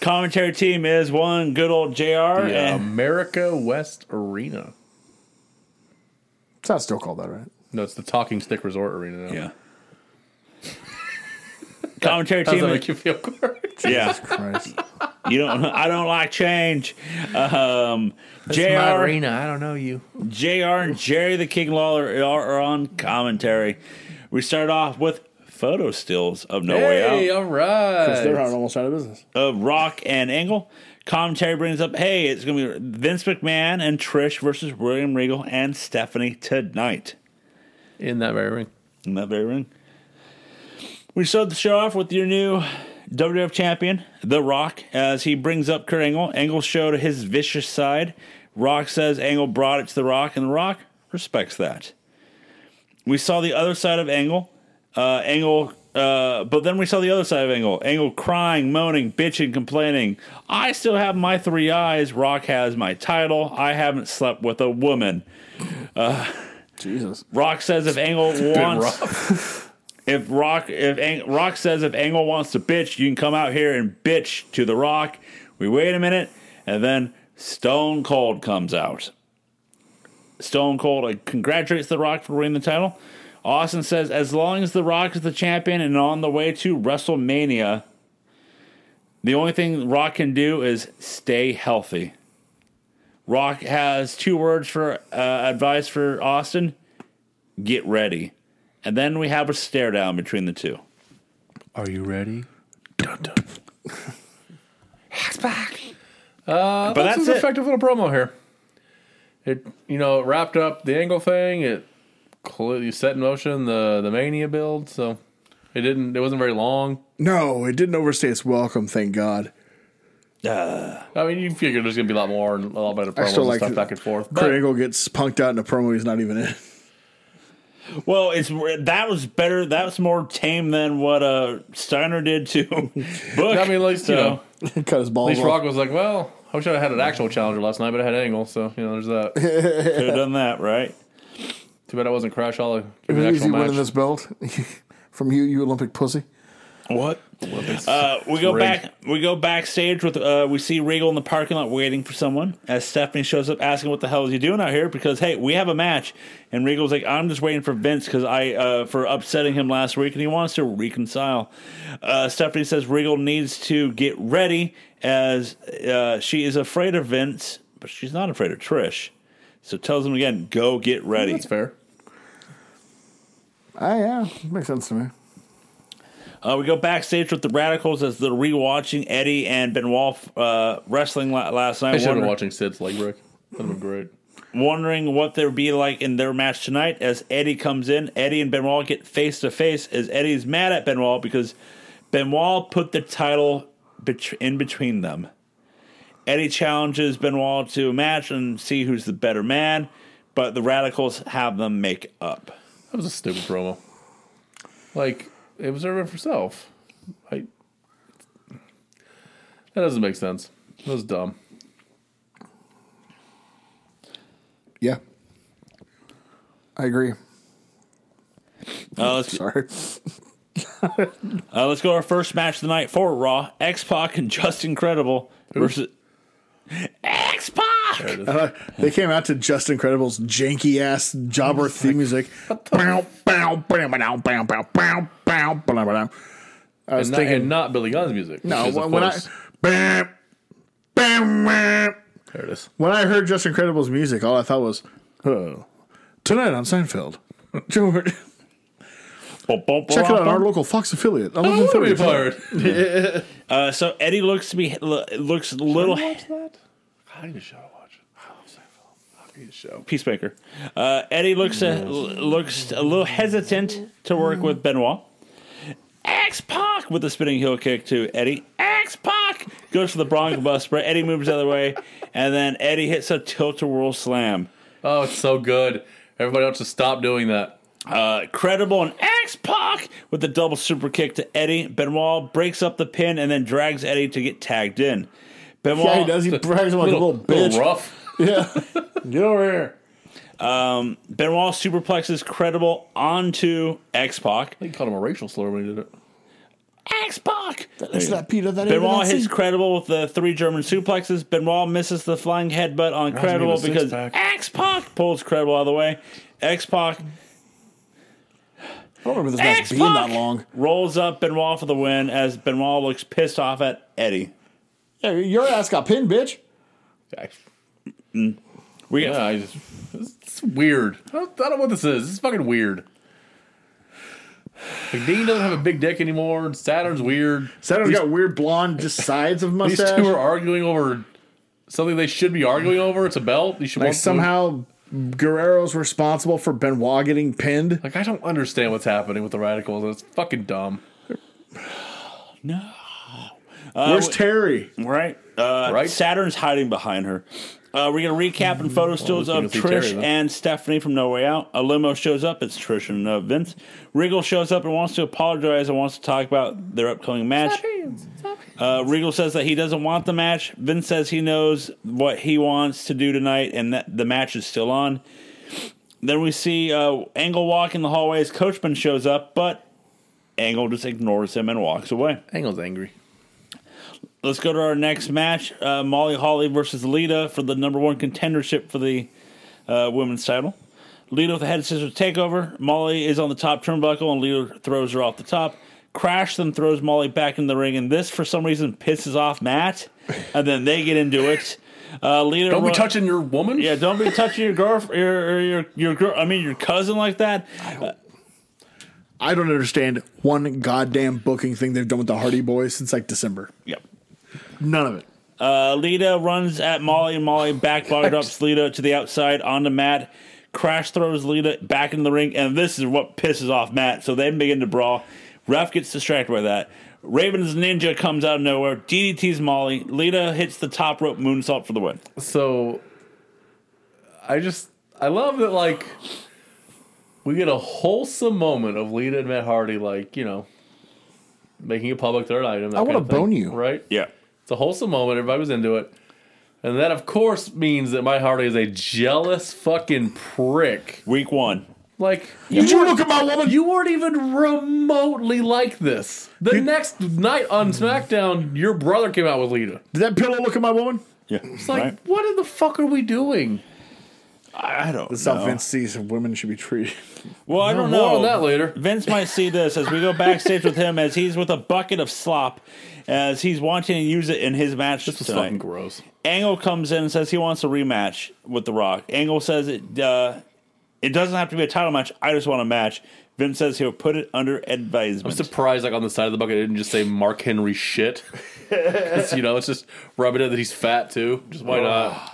S1: Commentary team is one good old JR.
S3: The
S1: and-
S3: America West Arena.
S2: It's not still called that, right?
S3: No, it's the Talking Stick Resort Arena now.
S1: yeah. Commentary
S3: How does
S1: team.
S3: that
S1: is-
S3: make you feel, Corey?
S1: yeah.
S2: Christ.
S1: You don't. I don't like change. Um,
S3: My
S1: JR,
S3: arena. I don't know you.
S1: JR, and Jerry the King Lawler are on commentary. We start off with photo stills of No Way Out.
S3: Hey, all
S2: They're
S3: right.
S2: out- almost out of business.
S1: of Rock and Angle. Commentary brings up, hey, it's going to be Vince McMahon and Trish versus William Regal and Stephanie tonight.
S3: In that very ring.
S1: Isn't that very ring? We start the show off with your new WWF champion, The Rock, as he brings up Kurt Angle. Angle showed his vicious side. Rock says Angle brought it to The Rock, and The Rock respects that. We saw the other side of Angle. Uh, Angle Uh, but then we saw the other side of Angle. Angle crying, moaning, bitching, complaining. I still have my three eyes. Rock has my title. I haven't slept with a woman.
S2: Jesus.
S1: Rock says if Angle wants, if Rock if Ang, Rock says if Angle wants to bitch, you can come out here and bitch to the Rock. We wait a minute, and then Stone Cold comes out. Stone Cold uh, congratulates the Rock for winning the title. Austin says as long as the Rock is the champion and on the way to WrestleMania, the only thing Rock can do is stay healthy. Rock has two words for uh, advice for Austin get ready. And then we have a stare down between the two.
S4: Are you ready?
S3: Uh, but
S1: that's
S3: that's
S1: it.
S3: an effective little promo here. It you know it wrapped up the angle thing. It clearly set in motion the the mania build. So it didn't. It wasn't very long.
S2: No, it didn't overstay its welcome. Thank God.
S1: Uh,
S3: I mean, you figure there's gonna be a lot more and a lot better promos
S2: still
S3: and
S2: like
S3: stuff
S2: the
S3: back and forth.
S2: Kurt
S3: But
S2: Angle gets punked out in a promo he's not even in.
S1: Well, it's that was better. That was more tame than what uh, Steiner did to Book.
S3: I mean, at least you
S1: So,
S3: know,
S2: Cut his balls
S3: at least
S2: off.
S3: Rock was like, "Well, I wish I had an actual challenger last night, but I had Angle, so you know, there's that."
S1: could have done that, right?
S3: Too bad I wasn't Crash Holly.
S2: Who
S3: Give me an
S2: is
S3: actual
S2: he winning
S3: match.
S2: this belt from you, you Olympic pussy?
S1: What?
S3: Olympics.
S1: Uh, we go
S3: rigged.
S1: back. We go backstage with. Uh, we see Regal in the parking lot waiting for someone. As Stephanie shows up, asking, "What the hell is he doing out here?" Because hey, we have a match, and Regal's like, "I'm just waiting for Vince because I uh, for upsetting him last week, and he wants to reconcile." Uh, Stephanie says Regal needs to get ready as uh, she is afraid of Vince, but she's not afraid of Trish. So tells him again, "Go get ready."
S3: That's fair.
S2: Ah, yeah. Makes sense to me.
S1: Uh, we go backstage with the Radicals as they're rewatching Eddie and Benoit uh, wrestling la- last night.
S3: I should have
S1: Wonder-
S3: been watching Sid's leg break. That'd have been great.
S1: wondering what there would be like in their match tonight as Eddie comes in. Eddie and Benoit get face to face as Eddie's mad at Benoit because Benoit put the title bet- in between them. Eddie challenges Benoit to a match and see who's the better man, but the Radicals have them make up.
S3: That was a stupid promo. Like it was everyone for herself. I. That doesn't make sense. That was dumb.
S2: Yeah. I agree.
S1: Uh, let's,
S2: Sorry.
S1: uh, let's go to our first match of the night for Raw X Pac and Just Incredible versus X Pac.
S2: Uh, they came out to Just Incredible's janky ass jobber theme music. Bow, bow, bow, bow, bow, bow, bow, bow, bow, bow. I was
S3: And not, and
S2: thinking,
S3: not Billy Gunn's music.
S2: no,
S3: which is, of
S2: when, when I.
S3: course-
S2: Bam, bam, bam.
S3: there it is.
S2: When I heard Just Incredible's music, all I thought was, oh, tonight on Seinfeld. George, check it out on our Oh, local Fox affiliate. I
S3: I want to be fired.
S1: Uh, so Eddie looks to be lo- looks a little
S3: watch that. I need a show to watch. I love Seinfeld. I need a show.
S1: peacemaker. Uh, Eddie looks a, looks a little hesitant to work with Benoit. X Pac with a spinning heel kick to Eddie. X Pac goes for the Bronco Buster. Eddie moves the other way, and then Eddie hits a tilt a whirl slam.
S3: Oh, it's so good. Everybody else, just stop doing that.
S1: Uh, credible and X Pac with the double super kick to Eddie. Benoit breaks up the pin and then drags Eddie to get tagged in. Benoit
S2: Yeah, he does. He brags him like a little bitch.
S3: little rough.
S2: Yeah.
S3: Get over here.
S1: Benoit superplexes credible onto X Pac.
S3: I think he called him a racial slur when he did it.
S1: X Pac.
S2: It's that Peter that
S1: Benoit hits
S2: his
S1: Credible with the three German suplexes. Benoit misses the flying headbutt on
S3: me of
S1: Credible
S3: a six
S1: because
S3: pack.
S1: X Pac pulls Credible out of the way. X Pac
S2: I don't remember this match being that long.
S1: rolls up Benoit for the win as Benoit looks pissed off at Eddie.
S2: Yeah, your ass got pinned, bitch.
S1: We get
S3: Yeah, I just, it's, it's weird. I don't, I don't know what this is. This is fucking weird. Like Dean doesn't have a big dick anymore. and Saturn's weird.
S2: Saturn's got weird blonde just sides of
S3: These
S2: mustache.
S3: two are arguing over something they should be arguing over. It's a belt. You should
S2: like
S3: want-
S2: somehow Guerrero's responsible for Benoit getting pinned.
S3: Like I don't understand what's happening with the radicals. It's fucking dumb.
S2: Where's Terry?
S1: right. Uh,
S3: Right.
S1: Saturn's hiding behind her. Uh, we're gonna recap and photo stills
S3: Mm-hmm. Oh, we
S1: of
S3: can see Terry,
S1: Trish
S3: though.
S1: and Stephanie from No Way Out. A limo shows up. It's Trish and uh, Vince. Regal shows up and wants to apologize and wants to talk about their upcoming match. Uh, Regal says that he doesn't want the match. Vince says he knows what he wants to do tonight, and that the match is still on. Then we see uh, Angle walk in the hallways. Coachman shows up, but Angle just ignores him and walks away.
S3: Angle's angry.
S1: Let's go to our next match: uh, Molly Holly versus Lita for the number one contendership for the uh, women's title. Lita with a head scissors takeover. Molly is on the top turnbuckle, and Lita throws her off the top. Crash then throws Molly back in the ring, and this for some reason pisses off Matt, and then they get into it. Uh, Lita
S3: Don't be
S1: ro-
S3: touching your woman.
S1: Yeah, don't be touching your girlfriend, your your your girl. I mean, your cousin like that.
S2: I don't understand one goddamn booking thing they've done with the Hardy Boys since like December.
S1: Yep.
S2: None of it.
S1: Uh, Lita runs at Molly, and Molly back body drops Lita to the outside on the mat. Crash throws Lita back in the ring, and this is what pisses off Matt. So they begin to brawl. Ref gets distracted by that. Raven's ninja comes out of nowhere, DDT's Molly. Lita hits the top rope moonsault for the win.
S3: So I just I love that like we get a wholesome moment of Lita and Matt Hardy like, you know, making a public third item. that
S2: I wanna
S3: kind of thing,
S2: bone you.
S3: Right?
S1: Yeah.
S3: It's a wholesome moment, everybody was into it. And that of course means that Matt Hardy is a jealous fucking prick.
S1: Week one.
S3: Like
S2: Did you look at my woman?
S3: you weren't even remotely like this. The next night on SmackDown, your brother came out with Lita.
S2: Did that pillow look at my woman?
S1: Yeah.
S3: It's like, what in the fuck are we doing?
S1: I don't
S2: That's how Vince sees women should be treated.
S1: Well, I don't
S3: More
S1: know.
S3: on that later.
S1: Vince might see this as we go backstage with him as he's with a bucket of slop as he's wanting to use it in his match
S3: This is
S1: tonight.
S3: fucking gross.
S1: Angle comes in and says he wants a rematch with The Rock. Angle says it uh, it doesn't have to be a title match. I just want a match. Vince says he'll put it under advisement.
S3: I'm surprised, like on the side of the bucket, it didn't just say Mark Henry shit. 'Cause, you know, it's just rubbing it that he's fat too. Just why not?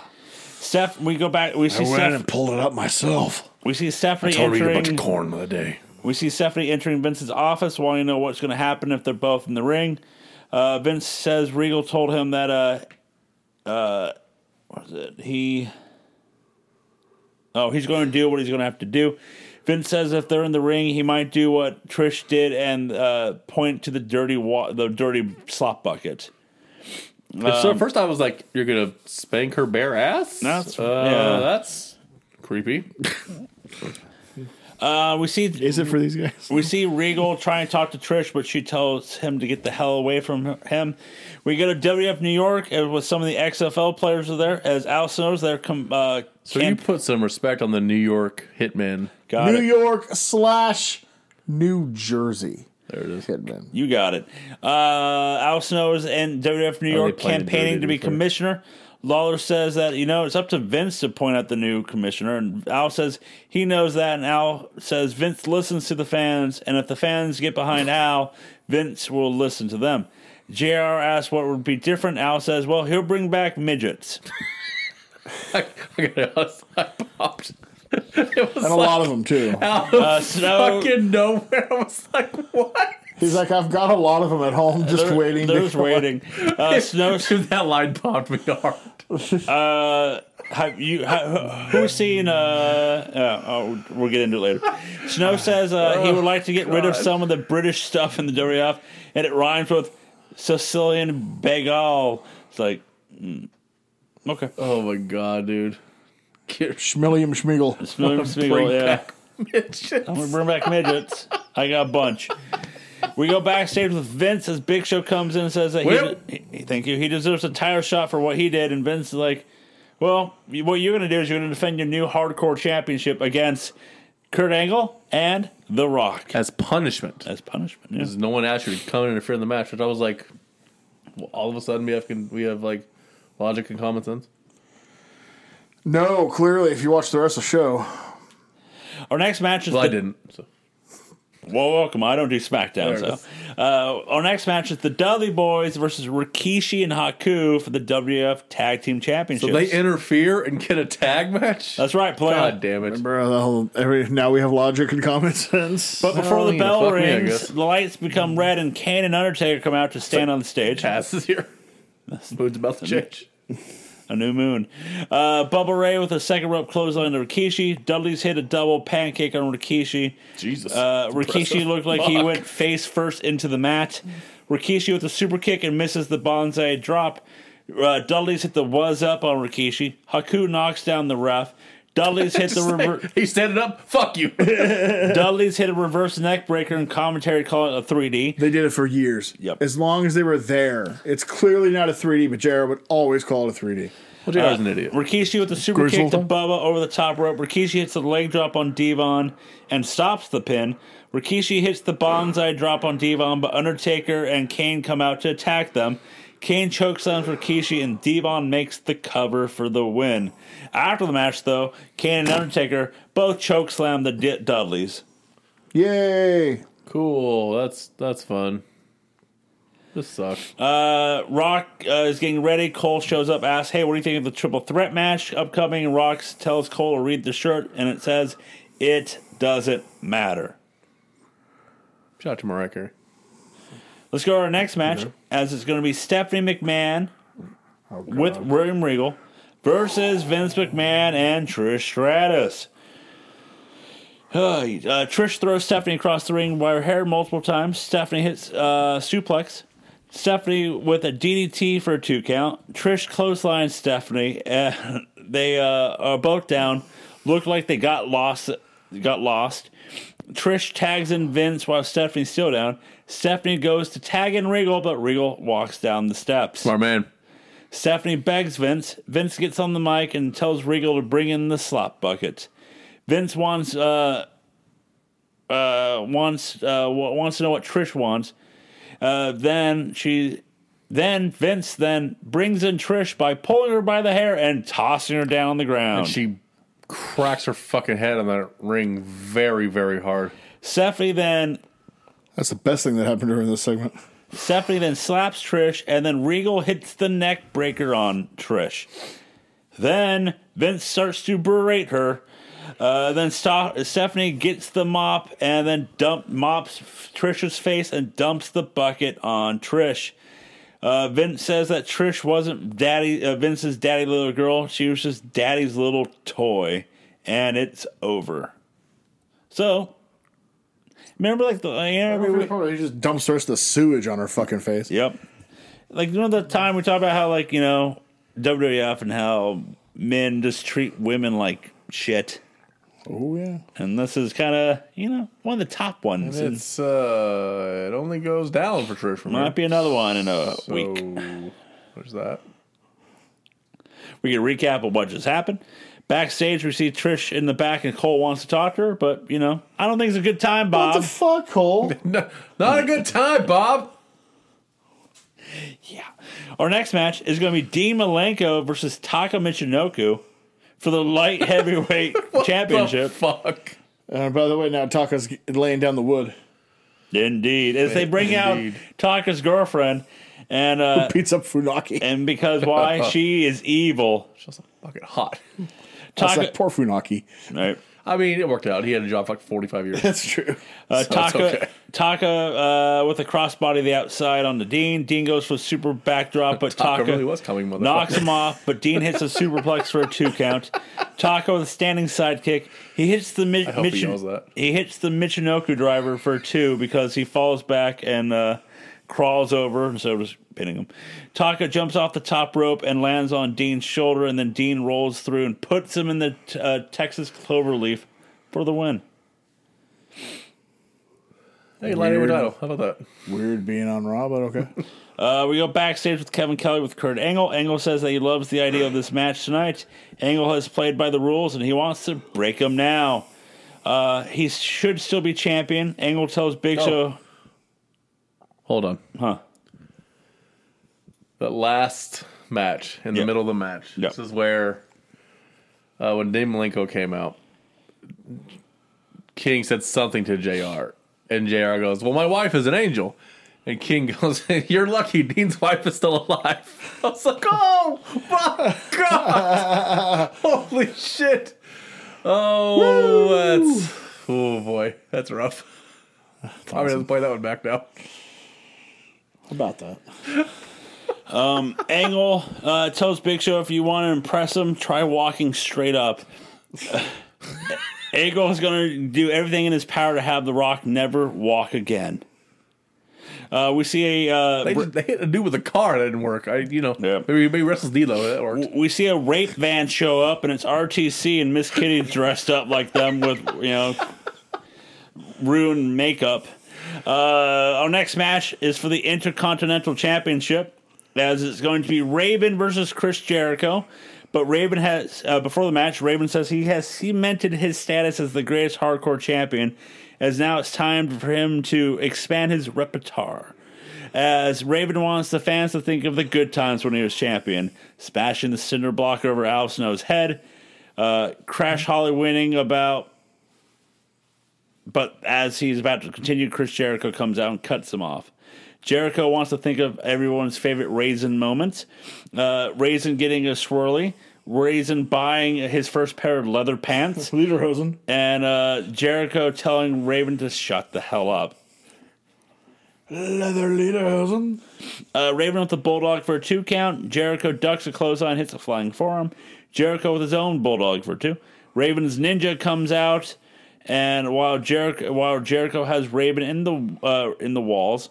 S1: Steph, we go back. We see
S2: I went
S1: Steph,
S2: and pulled it up myself.
S1: We see Stephanie entering.
S3: corn the other day.
S1: We see Stephanie entering Vince's office, wanting to know what's going to happen if they're both in the ring. Uh, Vince says Regal told him that. Uh, uh, what was it? He. Oh, he's going to do what he's going to have to do. Vince says if they're in the ring, he might do what Trish did and uh, point to the dirty wa- the dirty slop bucket.
S3: so at first I was like, "You're gonna spank her bare ass?"
S1: That's-
S3: uh,
S1: yeah.
S3: that's creepy.
S1: Uh, we see
S2: Is it for these guys?
S1: We see Regal trying to talk to Trish, but she tells him to get the hell away from him. We go to WF New York and with some of the XFL players are there. As Allison knows, they're com- uh,
S3: So you
S1: camp-
S3: put some respect on the New York hitman.
S1: got
S2: New
S1: it.
S2: York slash New Jersey.
S3: There it is.
S2: Hitman.
S1: You got it. Uh, Al Snow is in WWF New York
S3: Oh, played
S1: campaigning
S3: dirty
S1: to be
S3: before.
S1: commissioner. Lawler says that, you know, it's up to Vince to point out the new commissioner. And Al says he knows that. And Al says Vince listens to the fans. And if the fans get behind Al, Vince will listen to them. JR asks what would be different. Al says, well, he'll bring back midgets.
S3: I, I got I popped. It was
S2: And a
S3: like
S2: lot of them too.
S3: out
S1: Uh,
S3: of
S1: Snow.
S3: fucking nowhere. I was like, "What?"
S2: He's like, I've got a lot of them at home, just
S1: They're-
S2: waiting.
S1: They're
S2: to-
S1: just waiting. Uh, Snow.
S3: Dude, that line popped me hard.
S1: Uh, have you ha who's seen? Uh, uh, oh, we'll get into it later. Snow says uh, he would like to get rid of some of the British stuff in the WF, and it rhymes with Sicilian Bengal. It's like, mm, okay,
S3: Oh my god, dude. Get
S2: Schmillium Schmiegel.
S1: Snow Spiegel,
S3: bring
S1: yeah.
S3: back midgets.
S1: I'm gonna bring back midgets. I got a bunch. We go backstage with Vince as Big Show comes in and says that he,
S3: Well-
S1: he, he- thank you. He deserves a tire shot for what he did, and Vince is like, "Well, you- what you're gonna do is you're gonna defend your new Hardcore Championship against Kurt Angle and The Rock
S3: As punishment.
S1: as punishment." yeah.
S3: Because no one asked you to come and interfere in the match, which I was like, well, all of a sudden we have can, we have like logic and common sense.
S2: No, clearly, if you watch the rest of the show,
S1: Our next match is
S3: Well, I
S1: the-
S3: didn't. So.
S1: Well, welcome. I don't do SmackDown,
S3: There it is.
S1: so. Uh, our next match is the Dudley Boys versus Rikishi and Haku for the WF Tag Team Championship.
S3: They interfere and get a tag match.
S1: That's right, play
S3: God
S1: on.
S3: damn it!
S2: remember the whole, every, now we have logic and common sense.
S1: But before
S3: Well,
S1: the
S3: you know,
S1: bell
S3: fuck me, I guess. Mm.
S1: rings, the lights become red, and Kane and Undertaker come out to stand on the stage.
S3: Cass is here. Mood's about to change.
S1: a new moon. Uh, Bubba Ray with a second rope clothesline to Rikishi. Dudley's hit a double pancake on Rikishi.
S3: Jesus.
S1: Uh,
S3: It's
S1: Rikishi
S3: impressive.
S1: looked like he
S3: Fuck.
S1: went face first into the mat. Rikishi with a super kick and misses the bonsai drop. Uh, Dudley's hit the was up on Rikishi. Haku knocks down the ref. Dudley's hit the
S3: Just
S1: rever-
S3: like, he's standing up. Fuck you.
S1: Dudley's hit a reverse neck breaker and commentary called it a 3D.
S2: They did it for years.
S1: Yep.
S2: As long as they were there. It's clearly not a 3D, but Jared would always call it a 3D.
S3: Well, JR's Uh, an idiot.
S1: Rikishi with the super kick to
S2: Grizzled.
S1: Bubba over the top rope. Rikishi hits the leg drop on Devon and stops the pin. Rikishi hits the bonsai drop on Devon, but Undertaker and Kane come out to attack them. Kane chokeslams Rikishi and Devon makes the cover for the win. After the match, though, Kane and Undertaker both chokeslam the D- Dudleys.
S2: Yay!
S3: Cool. That's that's fun. This sucks.
S1: Uh, Rock uh, is getting ready. Cole shows up, asks, "Hey, what do you think of the triple threat match upcoming?" And Rock tells Cole to read the shirt, and it says, "It doesn't matter."
S3: Shout out to Marek.
S1: Let's go to our next match, as it's going to be Stephanie McMahon with William Regal versus Vince McMahon and Trish Stratus. Uh, uh, Trish throws Stephanie across the ring by her hair multiple times. Stephanie hits uh, suplex. Stephanie with a DDT for a two count. Trish clotheslines Stephanie. And they uh, are both down. Looked like they got lost. Got lost. Trish tags in Vince while Stephanie's still down. Stephanie goes to tag in Regal, but Regal walks down the steps.
S4: Smart man.
S1: Stephanie begs Vince. Vince gets on the mic and tells Regal to bring in the slop bucket. Vince wants uh, uh, wants uh, wa- wants to know what Trish wants. Uh, then she, then Vince then brings in Trish by pulling her by the hair and tossing her down on the ground.
S3: She cracks her fucking head on that ring very, very hard.
S1: Stephanie then
S2: That's the best thing that happened during this segment.
S1: Stephanie then slaps Trish, and then Regal hits the neck breaker on Trish. Then Vince starts to berate her. Uh, then Sto- Stephanie gets the mop and then dump mops Trish's face and dumps the bucket on Trish. Uh, Vince says that Trish wasn't daddy uh, Vince's daddy little girl. She was just daddy's little toy, and it's over. So, remember like the like, every week-
S2: He just dumps the rest of the sewage on her fucking face.
S1: Yep. Like you know the time we talked about how like you know WWF and how men just treat women like shit,
S2: Oh, yeah.
S1: and this is kind of you know one of the top ones. And
S3: It's uh, it only goes down for Trish from
S1: might be another one in a week.
S3: There's that.
S1: We can recap of what just happened. Backstage, we see Trish in the back, and Cole wants to talk to her, but you know I don't think it's a good time,
S2: What
S1: Bob.
S2: the fuck, Cole?
S3: No, not a good time, Bob.
S1: yeah. Our next match is going to be Dean Malenko versus Taka Michinoku for the light heavyweight championship.
S3: The fuck.
S2: And by the way, now Taka's laying down the wood.
S1: Indeed. As they bring
S3: Indeed.
S1: out Taka's girlfriend and uh
S2: Beats up Funaki.
S1: and because why she is evil.
S3: She's so fucking hot.
S2: That's
S1: Taka
S2: like poor Funaki.
S1: right.
S3: I mean, it worked out. He had a job for like 45 years.
S2: That's true.
S1: Uh, Taka
S3: okay.
S1: Taka uh, with a crossbody to the outside on the Dean. Dean goes for a super backdrop, but Taka,
S3: Taka really was coming, motherfucker.
S1: knocks him off. But Dean hits a superplex for a two count. Taka with a standing sidekick. He hits the Mi-
S3: hope he
S1: Michin-
S3: yells that.
S1: he hits the Michinoku driver for two because he falls back and uh, crawls over, and so does pinning him. Taka jumps off the top rope and lands on Dean's shoulder, and then Dean rolls through and puts him in the t- uh, Texas cloverleaf for the win.
S3: Hey, Lady
S2: Weird.
S3: Widow. How about that?
S2: Weird being on Raw, but okay.
S1: Uh, we go backstage with Kevin Kelly with Kurt Angle. Angle says that he loves the idea of this match tonight. Angle has played by the rules and he wants to break them now. Uh, he should still be champion. Angle tells Big Show.
S3: Hold on.
S1: Huh.
S3: That last match in
S1: Yeah.
S3: the middle of the match.
S1: Yeah.
S3: This is where uh, when Dave Malenko came out, King said something to Jr. and Jr. goes, "Well, my wife is an angel." And King goes, "You're lucky. Dean's wife is still alive." I was like, "Oh my god! Holy shit! Oh, that's oh boy, that's rough." Probably doesn't play that one back now.
S2: About that.
S1: Angle uh, tells Big Show if you want to impress him, try walking straight up. Angle is going to do everything in his power to have The Rock never walk again. Uh, we see a uh,
S3: They, just, they hit a dude with a car that didn't work. I, you know,
S1: Yeah.
S3: maybe maybe wrestles D'Lo that worked.
S1: we see a rape van show up, and it's RTC and Miss Kitty dressed up like them with you know ruined makeup. Uh, our next match is for the Intercontinental Championship, as it's going to be Raven versus Chris Jericho. But Raven has uh, before the match, Raven says he has cemented his status as the greatest hardcore champion, as now it's time for him to expand his repertoire as Raven wants the fans to think of the good times when he was champion, smashing the cinder block over Al Snow's head, uh, Crash Holly winning about. But as he's about to continue, Chris Jericho comes out and cuts him off. Jericho wants to think of everyone's favorite Raisin moments. Uh, Raisin getting a swirly, Raisin buying his first pair of leather pants,
S2: Lederhosen.
S1: and uh, Jericho telling Raven to shut the hell up.
S2: Leather Lederhosen.
S1: Uh, Raven with the bulldog for a two count. Jericho ducks a clothesline, hits a flying forearm. Jericho with his own bulldog for two. Raven's ninja comes out, and while Jericho while Jericho has Raven in the uh, in the walls,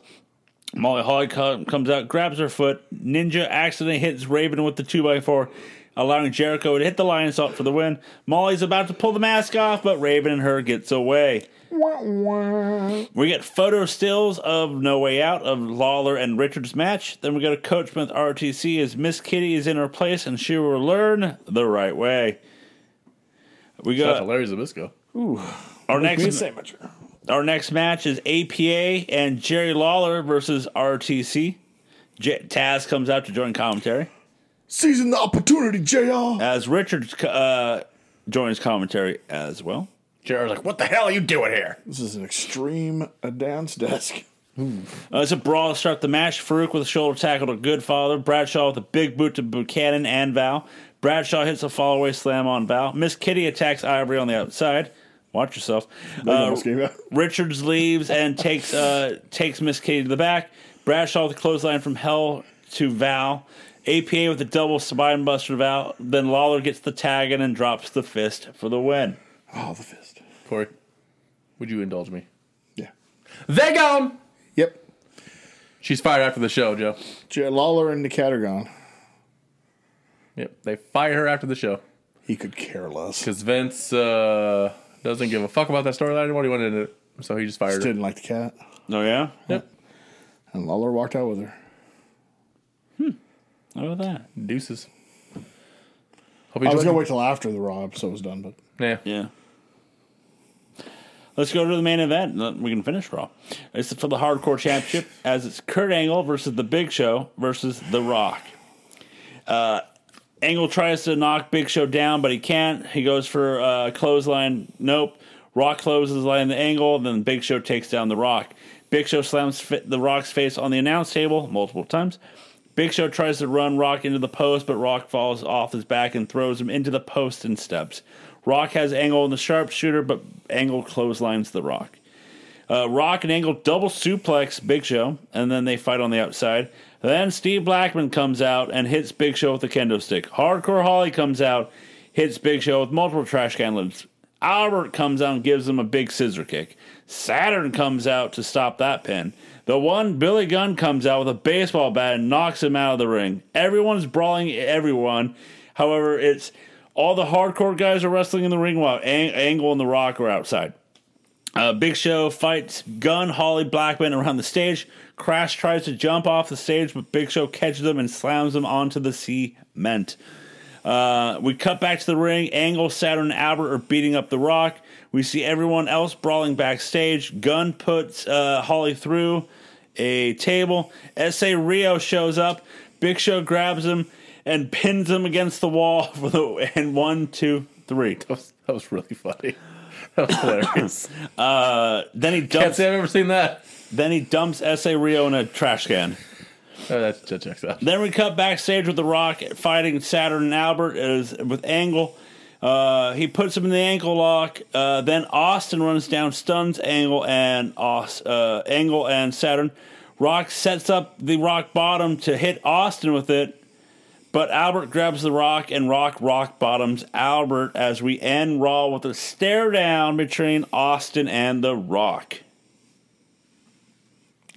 S1: Molly Holly co- comes out, grabs her foot. Ninja accidentally hits Raven with the two by four, allowing Jericho to hit the lion salt for the win. Molly's about to pull the mask off, but Raven and her gets away. We get photo stills of No Way Out of Lawler and Richards match. Then we go to Coachman with RTC as Miss Kitty is in her place and she will learn the right way. We
S3: That's
S1: got
S3: hilarious, Zabisco.
S1: our next
S2: sandwich.
S1: our next match is APA and Jerry Lawler versus RTC. J- Taz comes out to join commentary
S2: Seizing the opportunity, JR.
S1: as Richards uh, joins commentary as well.
S3: Jared's like, "What the hell are you doing here?"
S2: This is an extreme uh, dance desk.
S1: Uh, it's a brawl to start the match. Farouk with a shoulder tackle to Goodfather. Bradshaw with a big boot to Buchanan and Val. Bradshaw hits a fallaway slam on Val. Miss Kitty attacks Ivory on the outside. Watch yourself. Uh,
S2: almost gave out.
S1: Richards leaves and takes uh, takes Miss Kitty to the back. Bradshaw with a clothesline from Hell to Val. APA with a double spine buster to Val. Then Lawler gets the tag in and drops the fist for the win.
S2: Oh, the fist.
S3: Corey, would you indulge me?
S2: Yeah.
S3: They gone.
S2: Yep.
S3: She's fired after the show, Joe.
S2: J- Lawler and the cat are gone.
S3: Yep, they fire her after the show
S2: He could care less.
S3: because Vince uh, doesn't give a fuck about that storyline anymore. He wanted it, so he just fired
S2: Just
S3: her.
S2: didn't like the cat.
S1: Oh, yeah?
S3: Yep,
S2: And Lawler walked out with her.
S1: How about that?
S3: deuces. Hope you
S2: I was
S3: enjoyed-
S2: gonna wait till after the Raw episode was done, but
S3: Yeah.
S1: Yeah. Let's go to the main event. and then We can finish Raw. It's for the Hardcore Championship, as it's Kurt Angle versus The Big Show versus The Rock. Angle tries to knock Big Show down, but he can't. He goes for uh, clothesline. Nope. Rock closes the line the angle, then Big Show takes down the Rock. Big Show slams fi- the Rock's face on the announce table multiple times. Big Show tries to run Rock into the post, but Rock falls off his back and throws him into the post and steps. Rock has Angle in the sharpshooter, but Angle clotheslines the Rock. Uh, Rock and Angle double suplex Big Show, and then they fight on the outside. Then Steve Blackman comes out and hits Big Show with a kendo stick. Hardcore Holly comes out, hits Big Show with multiple trash can lids. Albert comes out and gives him a big scissor kick. Saturn comes out to stop that pin. The one Billy Gunn comes out with a baseball bat and knocks him out of the ring. Everyone's brawling everyone. However, it's all the hardcore guys are wrestling in the ring while Ang- Angle and The Rock are outside. Uh, Big Show fights Gun Holly Blackman around the stage. Crash tries to jump off the stage, but Big Show catches him and slams him onto the cement. Uh, we cut back to the ring. Angle, Saturn, and Albert are beating up The Rock. We see everyone else brawling backstage. Gunn puts uh, Holly through a table. S.A. Rio shows up. Big Show grabs him and pins him against the wall for the and one, two, three.
S3: That was, that was really funny. That was hilarious.
S1: Then he
S3: Can't
S1: dumps.
S3: say I've ever seen that.
S1: Then he dumps S.A. Rio in a trash can.
S3: Oh, that's, that checks out.
S1: Then we cut backstage with The Rock fighting Saturn and Albert as, with Angle. Uh, he puts him in the ankle lock. Uh, then Austin runs down, stuns Angle and Aus, uh, Angle and Saturn. Rock sets up the rock bottom to hit Austin with it, but Albert grabs the rock and Rock rock bottoms Albert as we end Raw with a stare down between Austin and The Rock.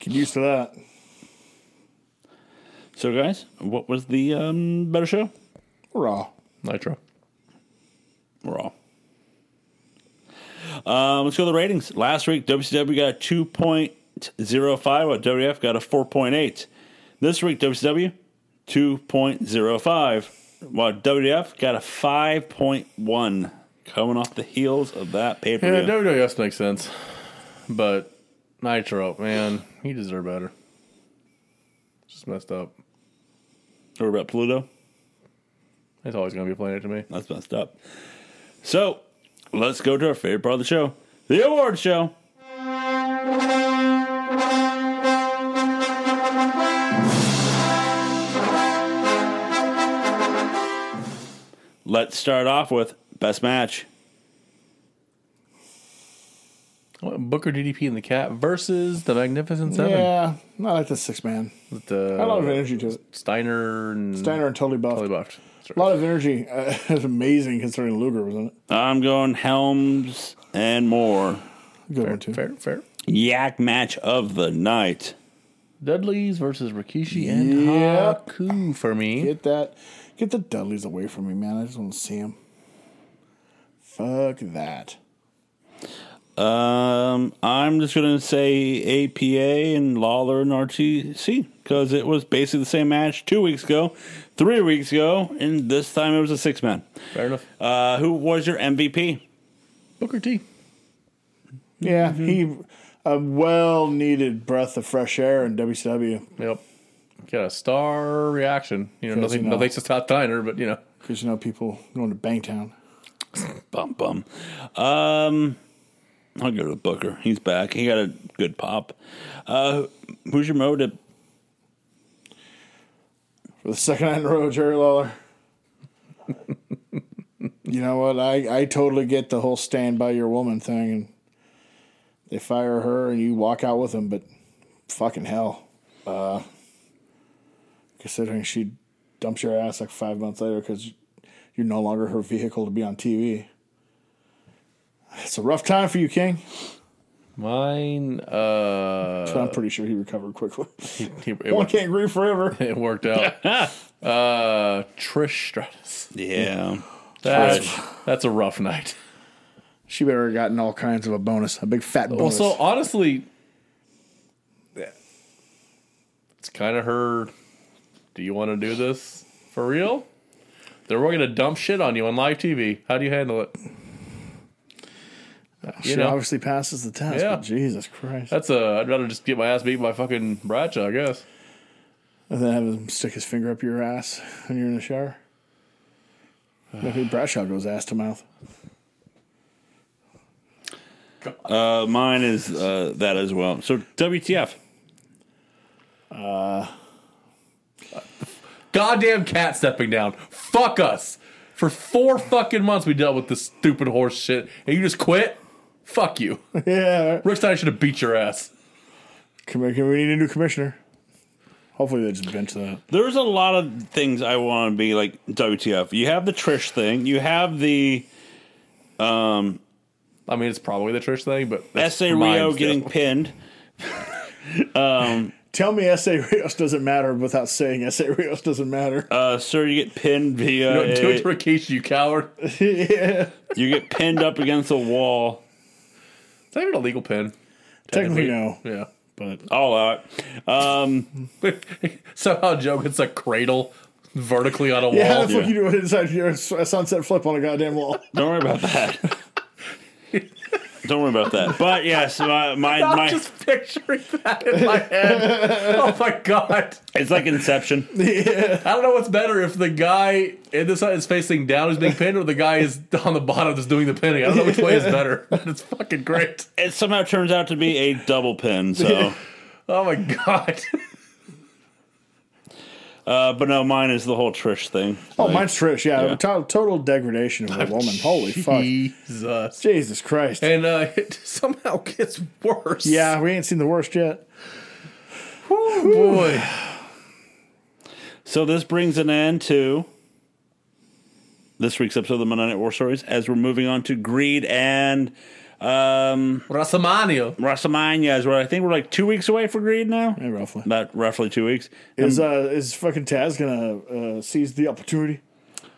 S2: Get used to that.
S1: So, guys, what was the um, better show?
S2: Raw.
S3: Nitro.
S1: Raw. Um, let's go to the ratings. Last week, WCW got a 2.05, while WF got a 4.8. This week, WCW, 2.05, while WF got a 5.1, coming off the heels of that pay per
S3: Yeah,
S1: view.
S3: WWS makes sense, but Nitro, man, he deserved better. Just messed up.
S1: Or about Pluto?
S3: He's always gonna be playing it to me.
S1: That's messed up. So, let's go to our favorite part of the show the award show. Let's start off with best match.
S3: I went Booker DDP and the Cat versus the Magnificent Seven.
S2: Yeah, I like the six man.
S3: With the
S2: A lot of energy to it.
S3: Steiner and
S2: Steiner and totally buffed.
S3: Totally buffed. That's
S2: A
S3: right.
S2: lot of energy. Uh, it's amazing considering Luger was in it.
S1: I'm going Helms and more.
S2: Good one too.
S3: Fair, fair.
S1: Yak match of the night.
S3: Dudley's versus Rikishi and
S2: Yep.
S3: Haku for me.
S2: Get that. Get the Dudleys away from me, man. I just want to see them. Fuck that.
S1: Um, I'm just gonna say APA and Lawler and RTC because it was basically the same match two weeks ago, three weeks ago, and this time it was a six man.
S3: Fair enough.
S1: Uh, who was your MVP?
S3: Booker T.
S2: Yeah,
S3: Mm-hmm.
S2: he a well needed breath of fresh air in WCW
S3: Yep. Got a star reaction. You know,
S2: Crazy
S3: nothing,
S2: enough.
S3: nothing's to stop Steiner, but you know.
S2: because you know people going to Bangtown.
S1: Bum bum. Um, I'll go to Booker. He's back. He got a good pop. Uh, who's your motive?
S2: for the second night in a row, Jerry Lawler. you know what? I, I totally get the whole stand by your woman thing, and they fire her, and you walk out with them. But fucking hell, uh, considering she dumps your ass like five months later because you're no longer her vehicle to be on TV. It's a rough time for you, King.
S3: Mine, uh,
S2: But I'm pretty sure he recovered quickly.
S3: he- it,
S2: One
S3: worked,
S2: can't grieve forever.
S3: it worked out. uh, Trish Stratus.
S1: Yeah,
S3: That's, that's a rough night.
S2: She better have gotten all kinds of a bonus, a big fat
S3: Well,
S2: bonus.
S3: so honestly, it's kind of her. Do you want to do this for real? They're going to dump shit on you on live TV. How do you handle it?
S2: She
S3: You know.
S2: obviously passes the test.
S3: Yeah.
S2: But Jesus Christ.
S3: That's a. I'd rather just get my ass beat by fucking Bradshaw, I guess.
S2: and then have him stick his finger up your ass when you're in the shower. Maybe Bradshaw goes ass to mouth.
S1: uh, mine is uh, that as well. So WTF?
S3: Goddamn cat stepping down. Fuck us. For four fucking months, we dealt with this stupid horse shit, and you just quit. Fuck you.
S2: Yeah.
S3: Rick Steiner should have beat your ass.
S2: Come here, can we need a new commissioner. Hopefully they just bench that.
S1: There's a lot of things I want to be like WTF. You have the Trish thing. You have the
S3: I mean, it's probably the Trish thing, but that's
S1: SA
S3: mine
S1: Rio
S3: still.
S1: getting pinned.
S2: Tell me S.A. Rios doesn't matter without saying S.A. Rios doesn't matter.
S1: Uh, sir, you get pinned via.
S3: Don't do
S1: a-
S3: it to Rikishi, you coward. It's
S2: yeah.
S1: you get pinned up against a wall.
S3: not even a legal pin.
S2: Technically, no.
S3: Yeah.
S2: But
S1: All out.
S3: Somehow Joe gets a cradle vertically on a wall.
S2: yeah, that's what
S1: yeah.
S2: you do inside your s- a sunset flip on a goddamn wall.
S1: Don't worry about that. Don't worry about that. But yes, my my,
S3: I'm
S1: my
S3: just picturing that in my head. oh my god.
S1: it's like Inception.
S3: I don't know what's better if the guy in this side is facing down who's being pinned or the guy is on the bottom that's doing the pinning. I don't know which way is better. It's fucking great.
S1: It somehow turns out to be a double pin. So,
S3: Oh my god.
S1: uh, but no, mine is the whole Trish thing.
S2: Oh,
S1: Like,
S2: mine's Trish. Yeah,
S1: Yeah.
S2: To- total degradation of a woman. Holy fuck.
S3: Jesus.
S2: Jesus Christ.
S3: And uh, it somehow gets worse.
S2: Yeah, we ain't seen the worst yet.
S3: Boy.
S1: So this brings an end to this week's episode of the Monday Night War Stories as we're moving on to Greed and um,
S3: WrestleMania.
S1: WrestleMania. As we're, I think we're like two weeks away for Greed now.
S2: Yeah, roughly.
S1: About roughly two weeks.
S2: Is uh is fucking Taz gonna uh, seize the opportunity?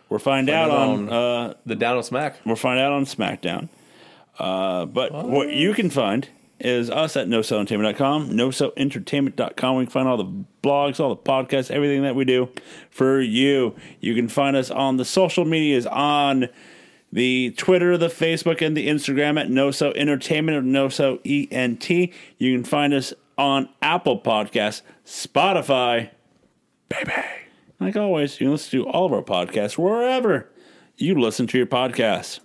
S1: We'll find out
S3: out
S1: on uh,
S3: The Down of Smack.
S1: we'll find out on SmackDown. Uh, but what you can find is us at nosoentertainment.com, nosoentertainment.com. We can find all the blogs, all the podcasts, everything that we do for you. You can find us on the social medias on the Twitter, the Facebook, and the Instagram at Noso Entertainment or Noso ENT. You can find us on Apple Podcasts, Spotify, like always, you can listen to all of our podcasts wherever you listen to your podcasts.